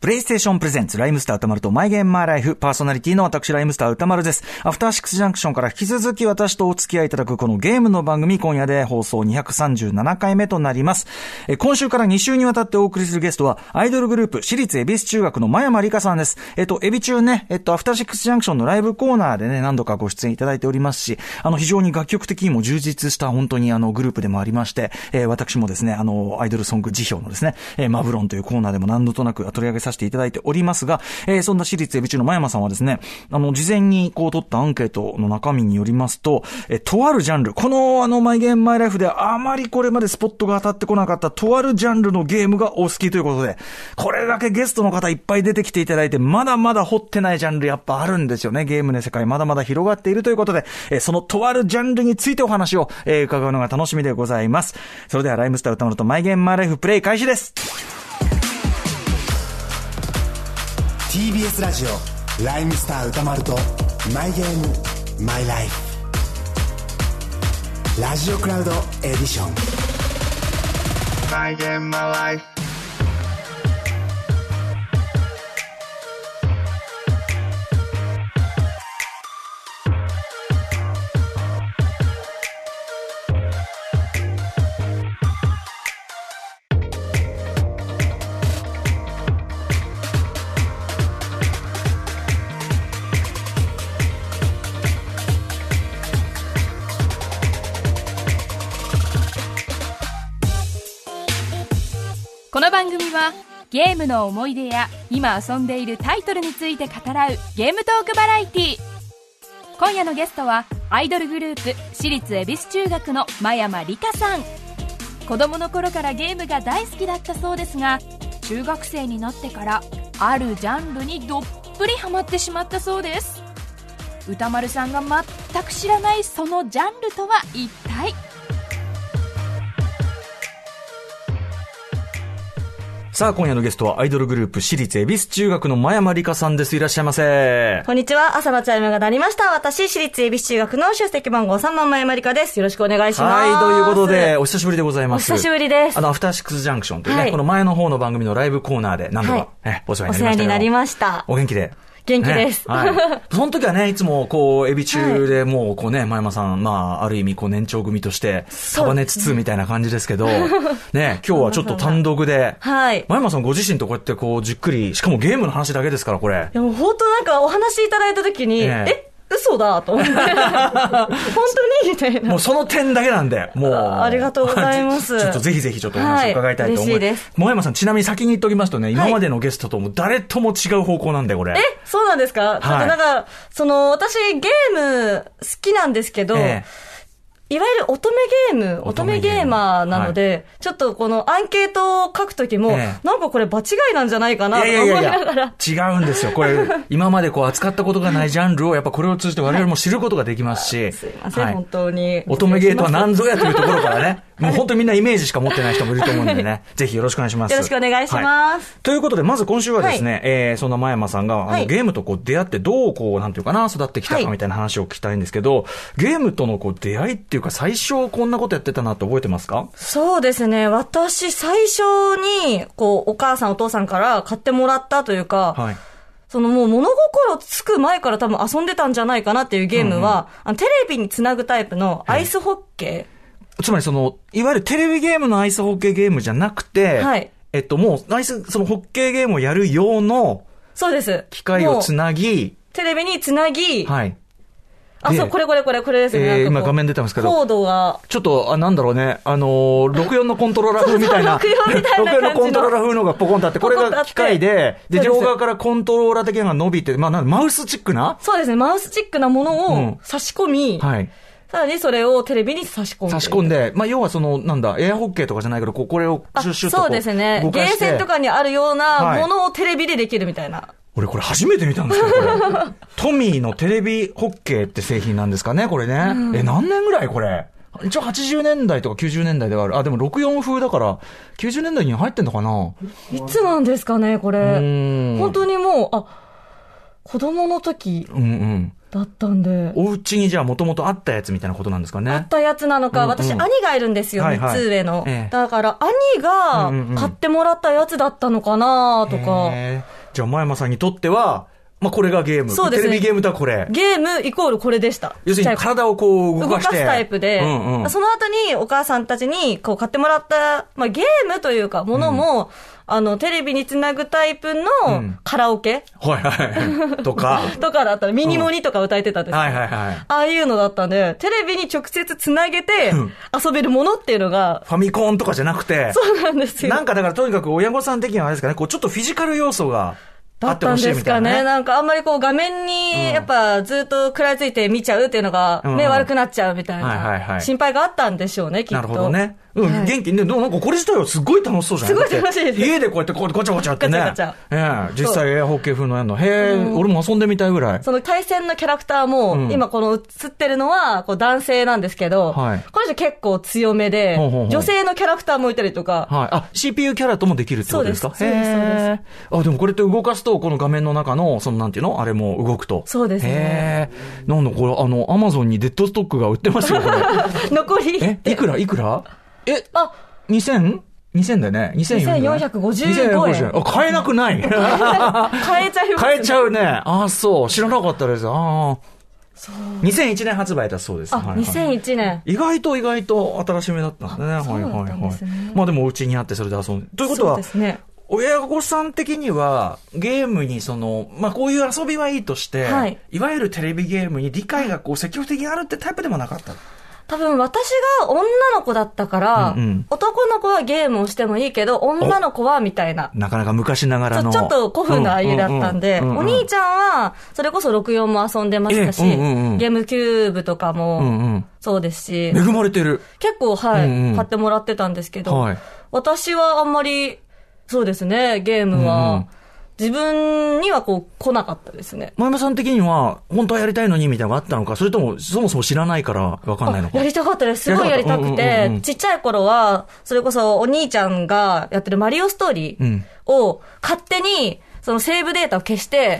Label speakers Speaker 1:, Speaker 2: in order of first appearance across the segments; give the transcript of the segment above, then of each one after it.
Speaker 1: プレイステーションプレゼンツ、ライムスター歌丸とマイゲームマイライフ、パーソナリティの私、ライムスター歌丸です。アフターシックスジャンクションから引き続き私とお付き合いいただくこのゲームの番組、今夜で放送237回目となります。えー今週から2週にわたってお送りするゲストは、アイドルグループ、私立恵比寿中学の真山理香さんです。えっと、恵比中ね、えっと、アフターシックスジャンクションのライブコーナーでね、何度かご出演いただいておりますし、あの、非常に楽曲的にも充実した本当にあの、グループでもありまして、えー私もですね、あの、アイドルソング辞表のですね、えーマブロンというコーナーでも何度となく取り上げさせていただいておりますが、えーそんな私立恵比中の真山さんはですね、あの、事前にこう取ったアンケートの中身によりますと、えーとあるジャンル、このあの、マイゲームマイライフであまりこれまでスポットが当たってこなかったとあるジャンルのゲームがお好きということで、これだけゲストの方いっぱい出てきていただいて、まだまだ掘ってないジャンルやっぱあるんですよね。ゲームの世界まだまだ広がっているということで、えーそのとあるジャンルについてお話を、えー伺うのが楽しみでございます。それではライムスター歌丸とマイゲームマイライフプレイ開始です。
Speaker 2: TBS ラジオライムスター歌丸とマイゲームマイライフラジオクラウドエディション
Speaker 3: my game, my life.
Speaker 4: この番組はゲームの思い出や今遊んでいるタイトルについて語らうゲームトークバラエティー今夜のゲストはアイドルグループ私立恵比寿中学の真山理香さん子供の頃からゲームが大好きだったそうですが中学生になってからあるジャンルにどっぷりハマってしまったそうです歌丸さんが全く知らないそのジャンルとは一体
Speaker 1: さあ、今夜のゲストはアイドルグループ私立恵比寿中学の真山理香さんです。いらっしゃいませ。
Speaker 5: こんにちは。朝のチャイムが鳴りました。私、私立恵比寿中学の出席番号3番前まりかです。よろしくお願いします。
Speaker 1: はい、ということで、。お久しぶりでございます。
Speaker 5: お久しぶりです
Speaker 1: あの、アフターシックスジャンクションというね、
Speaker 5: はい
Speaker 1: この前の方の番組のライブコーナーで何度
Speaker 5: はい
Speaker 1: か、えお世話
Speaker 5: お
Speaker 1: になりました
Speaker 5: 世話
Speaker 1: けど
Speaker 5: になりました。
Speaker 1: お元気で。
Speaker 5: 元気です
Speaker 1: ねはい。その時はね、いつも、こう、エビ中でもう、こうね、前山さん、まあ、ある意味、こう、年長組として、
Speaker 5: う
Speaker 1: 束ねつつみたいな感じです けど、ね、今日はちょっと単独で、
Speaker 5: はい。
Speaker 1: 前山さんご自身とこうやって、こう、じっくり、しかもゲームの話だけですから、これ
Speaker 5: い。や、もう本当なんかお話いただいたときに、
Speaker 1: え
Speaker 5: え
Speaker 1: え
Speaker 5: 嘘だと 思って。本当にみた いな
Speaker 1: もう。その点だけなんで、もう。
Speaker 5: あありがとうございます
Speaker 1: ちょっとぜひぜひちょっとお話伺いたいと思いま
Speaker 5: はい嬉しいですす。
Speaker 1: もやまさん、ちなみに先に言っておきますとね、今までのゲストとも誰とも違う方向なんで、これ。
Speaker 5: えそうなんですか、だってなんか、その、私、ゲーム好きなんですけど、
Speaker 1: ええ
Speaker 5: いわゆる乙女ゲーム、
Speaker 1: 乙
Speaker 5: 乙
Speaker 1: 女
Speaker 5: 女
Speaker 1: ゲーム
Speaker 5: ゲーマーなので、ちょっとこのアンケートを書くときも、
Speaker 1: ええ
Speaker 5: なんかこれ場違いなんじゃないかなと
Speaker 1: い
Speaker 5: 思
Speaker 1: や
Speaker 5: い
Speaker 1: いやい
Speaker 5: ながら、
Speaker 1: やいや、違うんですよ。 これ、今までこう扱ったことがないジャンルを、やっぱこれを通じて我々も知ることができますし。
Speaker 5: すいません、
Speaker 1: はい
Speaker 5: 本当に。
Speaker 1: 乙女ゲーとは何ぞやというところからね、もう本当にみんなイメージしか持ってない人もいると思うんでね、ぜひよろしくお願いします。
Speaker 5: よろしくお願いし
Speaker 1: は
Speaker 5: ます
Speaker 1: ということで、まず今週はですね、えーそんな真山さんが、あ
Speaker 5: は
Speaker 1: の、
Speaker 5: い
Speaker 1: ゲームとこう出会ってどうこう、なんていうかな、育ってきた
Speaker 5: はい
Speaker 1: かみたいな話を聞きたいんですけど、ゲームとのこう出会いっていうか、最初こんなことやってたなって覚えてますか
Speaker 5: そうですね。私、最初に、こう、お母さん、お父さんから買ってもらったというか、
Speaker 1: はい。
Speaker 5: そのもう物心つく前から多分遊んでたんじゃないかなっていうゲームは、あのテレビにつなぐタイプのアイスホッケ
Speaker 1: つまりその、いわゆるテレビゲームのアイスホッケーゲームじゃなくて、
Speaker 5: はい
Speaker 1: えっと、もう、アイス、そのホッケーゲームをやる用の
Speaker 5: ー。そうです。
Speaker 1: 機械をつ
Speaker 5: も
Speaker 1: なぎ、
Speaker 5: うテレビにつなぎ、
Speaker 1: はい。
Speaker 5: あ、
Speaker 1: で
Speaker 5: そう、これこれこれこれですね。
Speaker 1: えー
Speaker 5: なんかこう
Speaker 1: 今画面出てますけど
Speaker 5: コードが、
Speaker 1: ちょっと、あ、なんだろうね、あのー、64のコントローラー風みたい な。
Speaker 5: そうそう64みたいな感じの
Speaker 1: 64のコントローラー風のがポコンとあって、これ
Speaker 5: ポコンとあ
Speaker 1: が
Speaker 5: って
Speaker 1: 機械で、で、
Speaker 5: そうです
Speaker 1: 両側からコントローラー的なのが伸びて、まあ、なんマウスチックな
Speaker 5: そうですね、マウスチックなも
Speaker 1: う
Speaker 5: の
Speaker 1: ん
Speaker 5: を差し込み、
Speaker 1: はい。
Speaker 5: さらにそれをテレビに差し込んで。
Speaker 1: 差し込んで、まあ、要はその、なんだ、エアホッケーとかじゃないけど、こう、これを
Speaker 5: あ
Speaker 1: シュッシュッとこ
Speaker 5: そうですね。
Speaker 1: 動
Speaker 5: ゲー
Speaker 1: かして
Speaker 5: センとかにあるよう
Speaker 1: は
Speaker 5: ないものをテレビでできるみたいな。
Speaker 1: 俺これ初めて見たんですけど、こ れトミーのテレビホッケーって製品なんですかね、これね。え、何年ぐらいこれ一応80年代とか90年代ではある。あ、でも64風だから、90年代に入ってんのかない
Speaker 5: つなんですかね、こ
Speaker 1: う
Speaker 5: れ。
Speaker 1: ーん。
Speaker 5: 本当にもう、あ、子供の時、
Speaker 1: うんうん。
Speaker 5: だったんで。
Speaker 1: お家にじゃあもともとあったやつみたいなことなんですかね。
Speaker 5: あったやつなのか、
Speaker 1: うんうん
Speaker 5: 私、兄がいるんですよ、
Speaker 1: はい
Speaker 5: 三
Speaker 1: はい
Speaker 5: つ上の。
Speaker 1: ええ
Speaker 5: だから、兄
Speaker 1: うんうんうん
Speaker 5: が買ってもらったやつだったのかなとか、
Speaker 1: へー。じゃあ、真山さんにとっては、まあ、これがゲーム。
Speaker 5: そうですね
Speaker 1: テレビゲームとはこれ。
Speaker 5: ゲームイコールこれでした。
Speaker 1: 要するに
Speaker 5: ちっちゃい頃
Speaker 1: 体をこう動
Speaker 5: 動
Speaker 1: か
Speaker 5: か
Speaker 1: して。
Speaker 5: すタイプで、
Speaker 1: うんうん。
Speaker 5: その後にお母さんたちにこう買ってもらった、まあ、ゲームというか、ものも、あの、テレビにつなぐタイプの
Speaker 1: ん
Speaker 5: カラオケ
Speaker 1: はいはい。とか。
Speaker 5: とかだったら、ミニモニとか歌えてたんですよ、
Speaker 1: はいはいはい。
Speaker 5: ああいうのだったんで、テレビに直接つなげて
Speaker 1: ん
Speaker 5: 遊べるものっていうのが、
Speaker 1: ファミコンとかじゃなくて。
Speaker 5: そうなんですよ。
Speaker 1: なんかだからとにかく親御さん的にはあれですかね、こうちょっとフィジカル要素があ
Speaker 5: だ
Speaker 1: っ
Speaker 5: ってた
Speaker 1: ほ
Speaker 5: ん
Speaker 1: しい
Speaker 5: で
Speaker 1: み
Speaker 5: す
Speaker 1: た
Speaker 5: か
Speaker 1: いな、ね。
Speaker 5: ね。なんかあんまりこう画面にやっぱずっと食らいついて見ちゃうっていうのが
Speaker 1: うん
Speaker 5: 目悪くなっちゃうみたい
Speaker 1: はいはいは
Speaker 5: ない心配があったんでしょうね、きっと。
Speaker 1: なるほどね。うん、
Speaker 5: はい
Speaker 1: 元気ね。でもなんかこれ自体はすごい楽しそうじゃない
Speaker 5: すごい楽しいです
Speaker 1: だって家でこうやってこうごちゃごちゃってね。
Speaker 5: ごちゃ
Speaker 1: ええ実際エアホッケー風のやんの。へえ、俺も遊んでみたいぐらい。
Speaker 5: その対戦のキャラクターも、
Speaker 1: うん
Speaker 5: 今この映ってるのはこう男性なんですけど、
Speaker 1: はい
Speaker 5: この人結構強めで、
Speaker 1: ほうほうほう
Speaker 5: 女性のキャラクターもいたりとか、
Speaker 1: はい。あ、CPU キャラともできるってことですか
Speaker 5: そうですそうで
Speaker 1: へ
Speaker 5: す
Speaker 1: ーあ、でもこれって動かすと、この画面の中の、そのなんていうのあれも動くと。
Speaker 5: そうです
Speaker 1: へ
Speaker 5: ね
Speaker 1: ーなんだこれ、あの、アマゾンにデッドストックが売ってますよ、こ れ。
Speaker 5: 残り
Speaker 1: え、いくらいくらえ、
Speaker 5: あ、
Speaker 1: 2000? 2000だよね。2455
Speaker 5: 2455円
Speaker 1: あ、買えなくない
Speaker 5: 変えちゃいます、
Speaker 1: 買えち
Speaker 5: う。
Speaker 1: ゃうね。ああ、そう。知らなかったです。ああ。2001年発売だそうです。
Speaker 5: あ、
Speaker 1: はいはい
Speaker 5: 2001年。
Speaker 1: 意外と意外と新しめだったんだね。
Speaker 5: あそうだったんですね
Speaker 1: まあでもお家にあってそれで遊んで。ということ
Speaker 5: そう
Speaker 1: は
Speaker 5: で、すね。
Speaker 1: 親御さん的には、ゲームにその、まあこういう遊びはいいとして、
Speaker 5: はいい、
Speaker 1: わゆるテレビゲームに理解がこう積極的にあるってタイプでもなかった。
Speaker 5: 多分私が女の子だったから、
Speaker 1: うんうん
Speaker 5: 男の子はゲームをしてもいいけど、女の子はみたいな。
Speaker 1: なかなか昔なが
Speaker 5: ち
Speaker 1: ら
Speaker 5: ょ
Speaker 1: の。
Speaker 5: ちょっと古風な家だったんで、
Speaker 1: うううう
Speaker 5: お兄ちゃんは、それこそ64も遊んでましたし、
Speaker 1: ええうんうんうん
Speaker 5: ゲームキューブとか
Speaker 1: うん
Speaker 5: も
Speaker 1: うん。
Speaker 5: そうですし、
Speaker 1: 恵まれてる。
Speaker 5: 結構、はい、
Speaker 1: うんうん
Speaker 5: 買ってもらってたんですけど、
Speaker 1: はい
Speaker 5: 私はあんまり、そうですね、ゲー
Speaker 1: う
Speaker 5: ム
Speaker 1: んうん
Speaker 5: は、自分にはこう来なかったですね。
Speaker 1: 前山さん的には、本当はやりたいのにみたいなのがあったのか、それとも、そもそも知らないからわかんないのか。
Speaker 5: やりたかったです。すごいやりたく
Speaker 1: やりたかったうん
Speaker 5: て
Speaker 1: うんうん、
Speaker 5: ちっちゃい頃は、それこそお兄ちゃんがやってるマリオストーリ
Speaker 1: うん
Speaker 5: ーを勝手に、そのセーブデータを消して、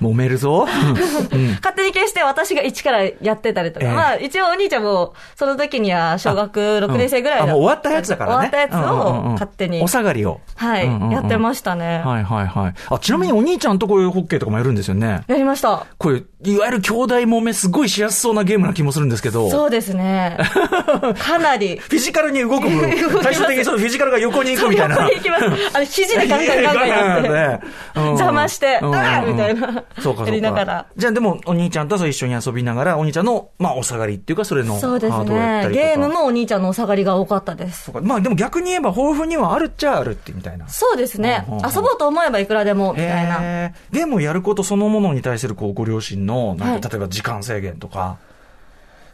Speaker 1: 揉める ぞ。
Speaker 5: 勝手に消して私が一からやってたりとか、
Speaker 1: ええ
Speaker 5: まあ一応お兄ちゃんもその時には小学6年生ぐらいだ
Speaker 1: あ、もう終わったやつだからね。
Speaker 5: 終わったやつ
Speaker 1: うんうんうん
Speaker 5: を勝手に
Speaker 1: お、下がりを。
Speaker 5: はい、
Speaker 1: うんうんうん
Speaker 5: やってましたね、
Speaker 1: はいはいはい。あ、ちなみにお兄ちゃんとこういうホッケーとかもやるんですよね。
Speaker 5: やりました。
Speaker 1: これ、いわゆる兄弟揉めすごいしやすそうなゲームな気もするんですけど。
Speaker 5: そうです ね。かなり。
Speaker 1: フィジカルに動く分
Speaker 5: 動きます、
Speaker 1: 最終的にそのフィジカルが横に行くみたいな。
Speaker 5: これいきます。あの、肘でガンガンガンガンや
Speaker 1: うん
Speaker 5: って。邪魔して
Speaker 1: うんうんうん
Speaker 5: あーみたいな
Speaker 1: そうかそうか。
Speaker 5: やりながら
Speaker 1: じゃあでも、お兄ちゃんとそう一緒に遊びながら、お兄ちゃんの、まあ、お下がりっていうか、それの、
Speaker 5: そうです
Speaker 1: ハードをやったり
Speaker 5: ね。
Speaker 1: とか
Speaker 5: ゲーム。もお兄ちゃんのお下がりが多かったです
Speaker 1: そ。うかまあ、でも逆に言えば、豊富にはあるっちゃあるって、みたいな。
Speaker 5: そうですね
Speaker 1: うんうんう。ん
Speaker 5: 遊ぼうと思えばいくらでも、みたいな。
Speaker 1: へーでもやることそのものに対するこうご両親のな
Speaker 5: は
Speaker 1: ん
Speaker 5: い
Speaker 1: か例えば時間制限とか、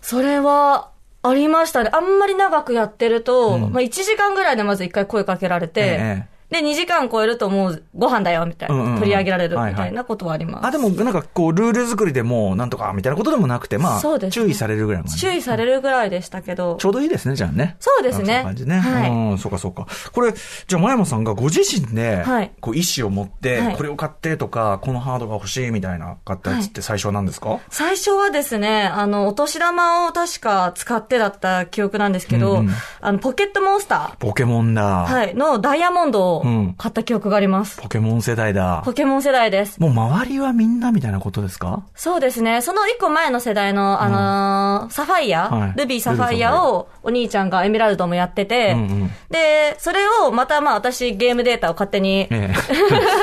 Speaker 5: それは、ありましたね。あんまり長くやってる
Speaker 1: う
Speaker 5: と、
Speaker 1: ん
Speaker 5: まあ1時間ぐらいでまず1回声かけられて、
Speaker 1: え
Speaker 5: で、2時間超えるともうご飯だよ、みたいな、
Speaker 1: うんうんうん
Speaker 5: 取り上げられる、
Speaker 1: はいはい
Speaker 5: みたいなことはあります。
Speaker 1: あでもなんかこうルール作りでもうなんとかみたいなことでもなくてまあ、
Speaker 5: そうですね
Speaker 1: 注意されるぐらいの感じ
Speaker 5: 注意されるぐらいでしたけど
Speaker 1: ち、ょうどいいですねじゃあね
Speaker 5: そうです
Speaker 1: あ
Speaker 5: ね
Speaker 1: そんな感じね、
Speaker 5: はい
Speaker 1: うんそうかそうかこれじゃあ前山さんがご自身で
Speaker 5: はい
Speaker 1: こう意思を持って、
Speaker 5: はい
Speaker 1: これを買ってとかこのハードが欲しいみたいな買ったやつって最初は何ですか、
Speaker 5: 最初はですね、あの、お年玉を確か使ってだった記憶なんですけど、
Speaker 1: うんうん
Speaker 5: あの、ポケットモンスタ
Speaker 1: ポケモンだ、
Speaker 5: ー、はい、のダイヤモンドを
Speaker 1: うん
Speaker 5: 買った記憶があります。
Speaker 1: ポケモン世代だ
Speaker 5: ポケモン世代です。
Speaker 1: もう周りはみんなみたいなことですか
Speaker 5: そうですね。その一個前の世代の、あのーサファイア、
Speaker 1: はい
Speaker 5: ルビーサファイアをお兄ちゃんがエメラルドもやってて、
Speaker 1: うんうん
Speaker 5: で、それをまたまあ私ゲームデータを勝手に
Speaker 1: え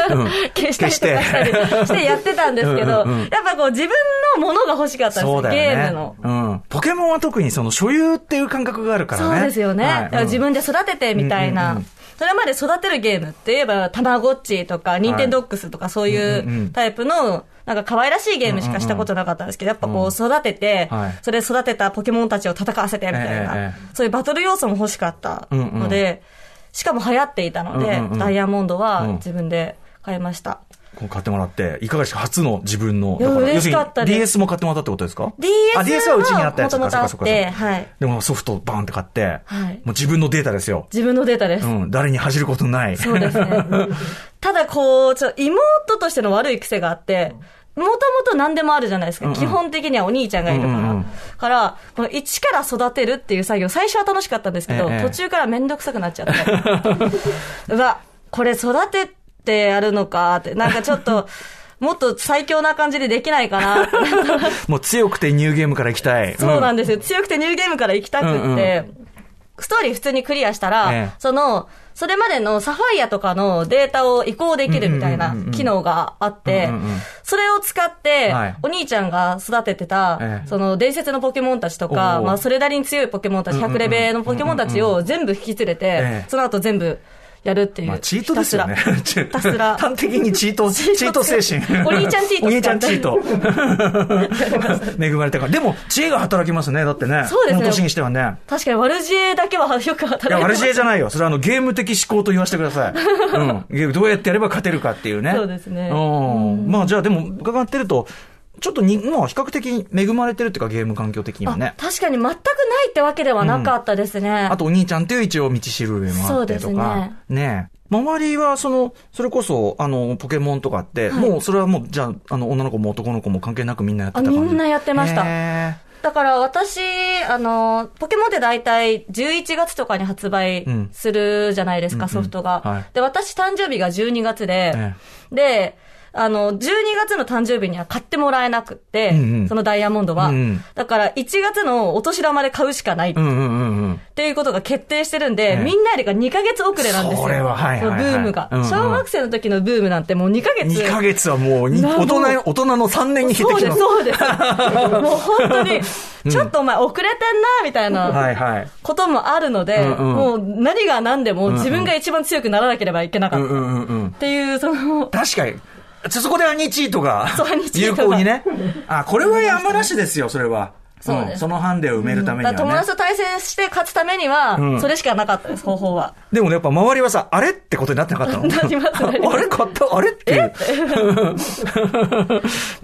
Speaker 1: えうん
Speaker 5: 消したりとかしたりしてやってたんですけど、
Speaker 1: うんうんうん
Speaker 5: やっぱこう自分のものが欲しかったんです
Speaker 1: そう
Speaker 5: よ、
Speaker 1: だ
Speaker 5: ゲ
Speaker 1: よね。
Speaker 5: ームの。
Speaker 1: うん。ポケモンは特にその所有っていう感覚があるから
Speaker 5: そ
Speaker 1: ね。
Speaker 5: うですよね。
Speaker 1: はい
Speaker 5: だから自分で育ててみたいな。
Speaker 1: うんうんうん
Speaker 5: それまで育てるゲームって言えば、たまごっちとか、ニンテンドックスとか、そうい
Speaker 1: んうんうん
Speaker 5: うタイプの、なんか可愛らしいゲームしかしたことなかったんですけど、やっぱこう育てて
Speaker 1: はい、
Speaker 5: それ育てたポケモンたちを戦わせてみたい
Speaker 1: えええ
Speaker 5: な
Speaker 1: え、
Speaker 5: そういうバトル要素も欲しかったので、しかも流行っていたの
Speaker 1: う
Speaker 5: で
Speaker 1: んうんうん、
Speaker 5: ダイヤモンドは
Speaker 1: うん
Speaker 5: 自分で買いました。
Speaker 1: こう買ってもらって、いかがですか初の自分の。
Speaker 5: いや
Speaker 1: だら
Speaker 5: 嬉しかった
Speaker 1: 要
Speaker 5: です
Speaker 1: るに DS も買ってもらったってことですか
Speaker 5: DS
Speaker 1: あ、DS はうちにあったやつ
Speaker 5: は
Speaker 1: か、
Speaker 5: 元々あって
Speaker 1: そうかそうかそうか
Speaker 5: はい
Speaker 1: でもソフトをバーンって買って、
Speaker 5: はい
Speaker 1: もう自分のデータですよ。
Speaker 5: 自分のデータです
Speaker 1: う。ん、誰に恥じることない。
Speaker 5: そうですね。ただこう、ちょ、妹としての悪い癖があって、もともと何でもあるじゃないですか。
Speaker 1: うんうん
Speaker 5: 基本的にはお兄ちゃんがいるから。
Speaker 1: うんうんうん
Speaker 5: から、この一から育てるっていう作業、最初は楽しかったんですけど、
Speaker 1: ええ
Speaker 5: 途中からめんどくさくなっちゃって。 うわ、これ育ててやるのかって、なんかちょっと、もっと最強な感じでできないかなって。
Speaker 1: もう強くてニューゲームから行きたい。
Speaker 5: そうなん
Speaker 1: ん
Speaker 5: ですよ。強くてニューゲームから行きたくって、
Speaker 1: うんう
Speaker 5: ストーリー普通にクリアしたら、
Speaker 1: ええ
Speaker 5: その、それまでのサファイアとかのデータを移行できるみたい
Speaker 1: うん
Speaker 5: な
Speaker 1: うんうんうん
Speaker 5: 機能があって
Speaker 1: うんうんうん、
Speaker 5: それを使って、
Speaker 1: はい
Speaker 5: お兄ちゃんが育ててた、
Speaker 1: ええ
Speaker 5: その伝説のポケモンたちとか、
Speaker 1: おお
Speaker 5: まあそれなりに強いポケモンたち、100レベルのポケモンたちを全部引き連れて、
Speaker 1: ええ
Speaker 5: その後全部やるっていう。
Speaker 1: まあ、チートですよね。
Speaker 5: ひたす
Speaker 1: ひ
Speaker 5: らたすら
Speaker 1: 端的にチート、チート精神。
Speaker 5: お兄ちゃんチート
Speaker 1: お兄ちゃんチート。 恵まれたから。でも、知恵が働きますね。だってね。
Speaker 5: そうですね
Speaker 1: この年にしてはね。
Speaker 5: 確かに悪知恵だけはよく働い て
Speaker 1: いや、悪知恵じゃ
Speaker 5: ない
Speaker 1: ないよ。それはあの、ゲーム的思考と言わせてくだ さい。うんゲーム。どうやってやれば勝てるかっていうね。
Speaker 5: そうですね
Speaker 1: うん。まあ、じゃあでも、伺ってると、ちょっとに、まあ、比較的恵まれてるっていうか、ゲーム環境的にはね
Speaker 5: あ。確かに全くないってわけではなかったですね。
Speaker 1: あとお兄ちゃんっていう一応道しるべもあって
Speaker 5: そ
Speaker 1: と
Speaker 5: うです
Speaker 1: か。
Speaker 5: ね
Speaker 1: ねえ周りは、その、それこそ、あの、ポケモンとかって、もう、それはもう、じゃあ、あの、女の子も男の子も関係なくみんなやってた感じ
Speaker 5: あみんなやってました
Speaker 1: へ
Speaker 5: だから私、あの、ポケモンって大体11月とかに発売
Speaker 1: うん
Speaker 5: するじゃないですか、
Speaker 1: うん
Speaker 5: ソフトが、
Speaker 1: はい
Speaker 5: で、私誕生日が12月で、
Speaker 1: え
Speaker 5: で、あの、12月の誕生日には買ってもらえなくって、
Speaker 1: うんうん
Speaker 5: そのダイヤモンドは、
Speaker 1: うんうん
Speaker 5: だから1月のお年玉で買うしかないっ
Speaker 1: うんうんうんうん。
Speaker 5: ていうことが決定してるん
Speaker 1: え
Speaker 5: で、
Speaker 1: え
Speaker 5: みんなよりが2ヶ月遅れなんですよ。
Speaker 1: それははいはいはい
Speaker 5: そのブームが、
Speaker 1: うんうん
Speaker 5: 小学生の時のブームなんてもう2ヶ月。
Speaker 1: 2ヶ月はもうに、
Speaker 5: な
Speaker 1: 大
Speaker 5: るほ
Speaker 1: 人
Speaker 5: ど、
Speaker 1: 大人の3年に匹
Speaker 5: そう
Speaker 1: 敵
Speaker 5: です、
Speaker 1: の。
Speaker 5: そ うです。もう本当に、ちょっとお前遅れてんな、みたいな
Speaker 1: はいはい。
Speaker 5: こともあるので、
Speaker 1: うんうん
Speaker 5: もう何が何でも自分が一番強くならなければいけな
Speaker 1: う
Speaker 5: か
Speaker 1: ん
Speaker 5: っ
Speaker 1: う
Speaker 5: た。っ
Speaker 1: んうんうん。
Speaker 5: ていう、その、
Speaker 1: 確かに。ちょそこでアニチートが
Speaker 5: そうアニ、チー
Speaker 1: 有
Speaker 5: ト
Speaker 1: 効
Speaker 5: が
Speaker 1: に ね。あ、これはやむなしですよ、それは。
Speaker 5: そうです
Speaker 1: んそのハンデを埋めるためには
Speaker 5: だ
Speaker 1: ね。
Speaker 5: から友達と対戦して勝つために
Speaker 1: う
Speaker 5: は、
Speaker 1: ん
Speaker 5: それしかなかったです、方法は。
Speaker 1: でもね、やっぱ周りはさ、あれってことになってなかったの
Speaker 5: なりますなりま す
Speaker 1: あれ買ったあれっていう。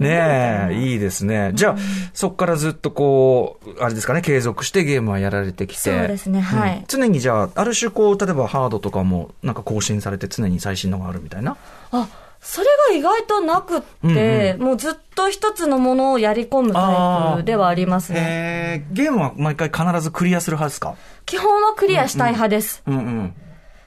Speaker 1: ねえ、いいですね。じゃあ、そっからずっとこう、あれですかね、継続してゲームはやられてきて。
Speaker 5: そうですねはい
Speaker 1: うん常にじゃあ、ある種こう、例えばハードとかもなんか更新されて常に最新のがあるみたいな。
Speaker 5: あ、それが意外となくって、もうずっと一つのものをやり込むタイプではありますね。
Speaker 1: えー、ゲームは毎回必ずクリアする派ですか
Speaker 5: 基本はクリアしたい派です。
Speaker 1: うんうん。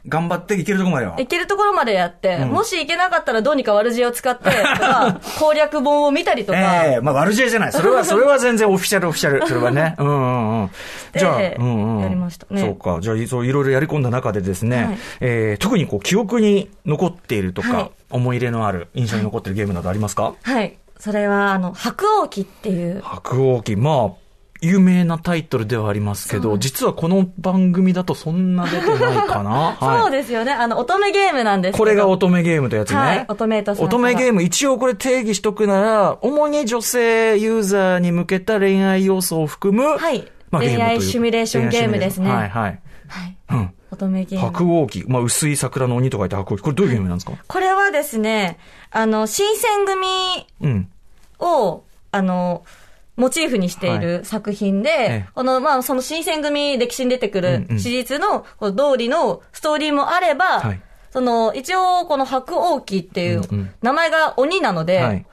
Speaker 1: 頑張っていけるとこまでは。
Speaker 5: いけるところまでやって、もしいけなかったらどうにか悪知恵を使って、と か、攻略本を見たりとか、
Speaker 1: ええまあ悪知恵じゃない。それ は、それは全然オフィシャルオフィシャル。それはね。うんうんうん。じゃあ、
Speaker 5: で
Speaker 1: うんうん、
Speaker 5: やりましたね
Speaker 1: そうか。じゃあ、そういろいろやり込んだ中でですね、
Speaker 5: はい
Speaker 1: えー特にこう、記憶に残っているとか、
Speaker 5: はい
Speaker 1: 思い入れのある、印象に残ってるゲームなどありますか、
Speaker 5: はい。それは、あの、白王記っていう、
Speaker 1: 白鸚記、まあ、有名なタイトルではありますけど、実はこの番組だとそんな出てないか な。
Speaker 5: そう
Speaker 1: はい。
Speaker 5: ですよね、あの、乙女ゲームなんですけど
Speaker 1: これが乙女ゲームというやつね。
Speaker 5: はい乙女とさん
Speaker 1: 乙女ゲーム、一応これ定義しとくなら、主に女性ユーザーに向けた恋愛要素を含む、
Speaker 5: はい
Speaker 1: まあ
Speaker 5: 恋
Speaker 1: ゲーム
Speaker 5: 愛
Speaker 1: という
Speaker 5: シミュレーションゲームですね
Speaker 1: 恋愛シミュレーションはいはい。
Speaker 5: はい。
Speaker 1: うん。
Speaker 5: 乙女ゲーム。
Speaker 1: 白鸚記。まあ、薄い桜の鬼と書いて白鸚記。これどういうゲームなんですか
Speaker 5: これはですね、あの、新選組
Speaker 1: うん。
Speaker 5: を、あの、モチーフにしている作品で、
Speaker 1: え
Speaker 5: この、まあ、その新選組歴史に出てくる
Speaker 1: うんうん
Speaker 5: 史実の、こう道理のストーリーもあれば、
Speaker 1: はい
Speaker 5: その、一応、この白王旗っていう
Speaker 1: うんうん、
Speaker 5: 名前が鬼なので、
Speaker 1: はい。うん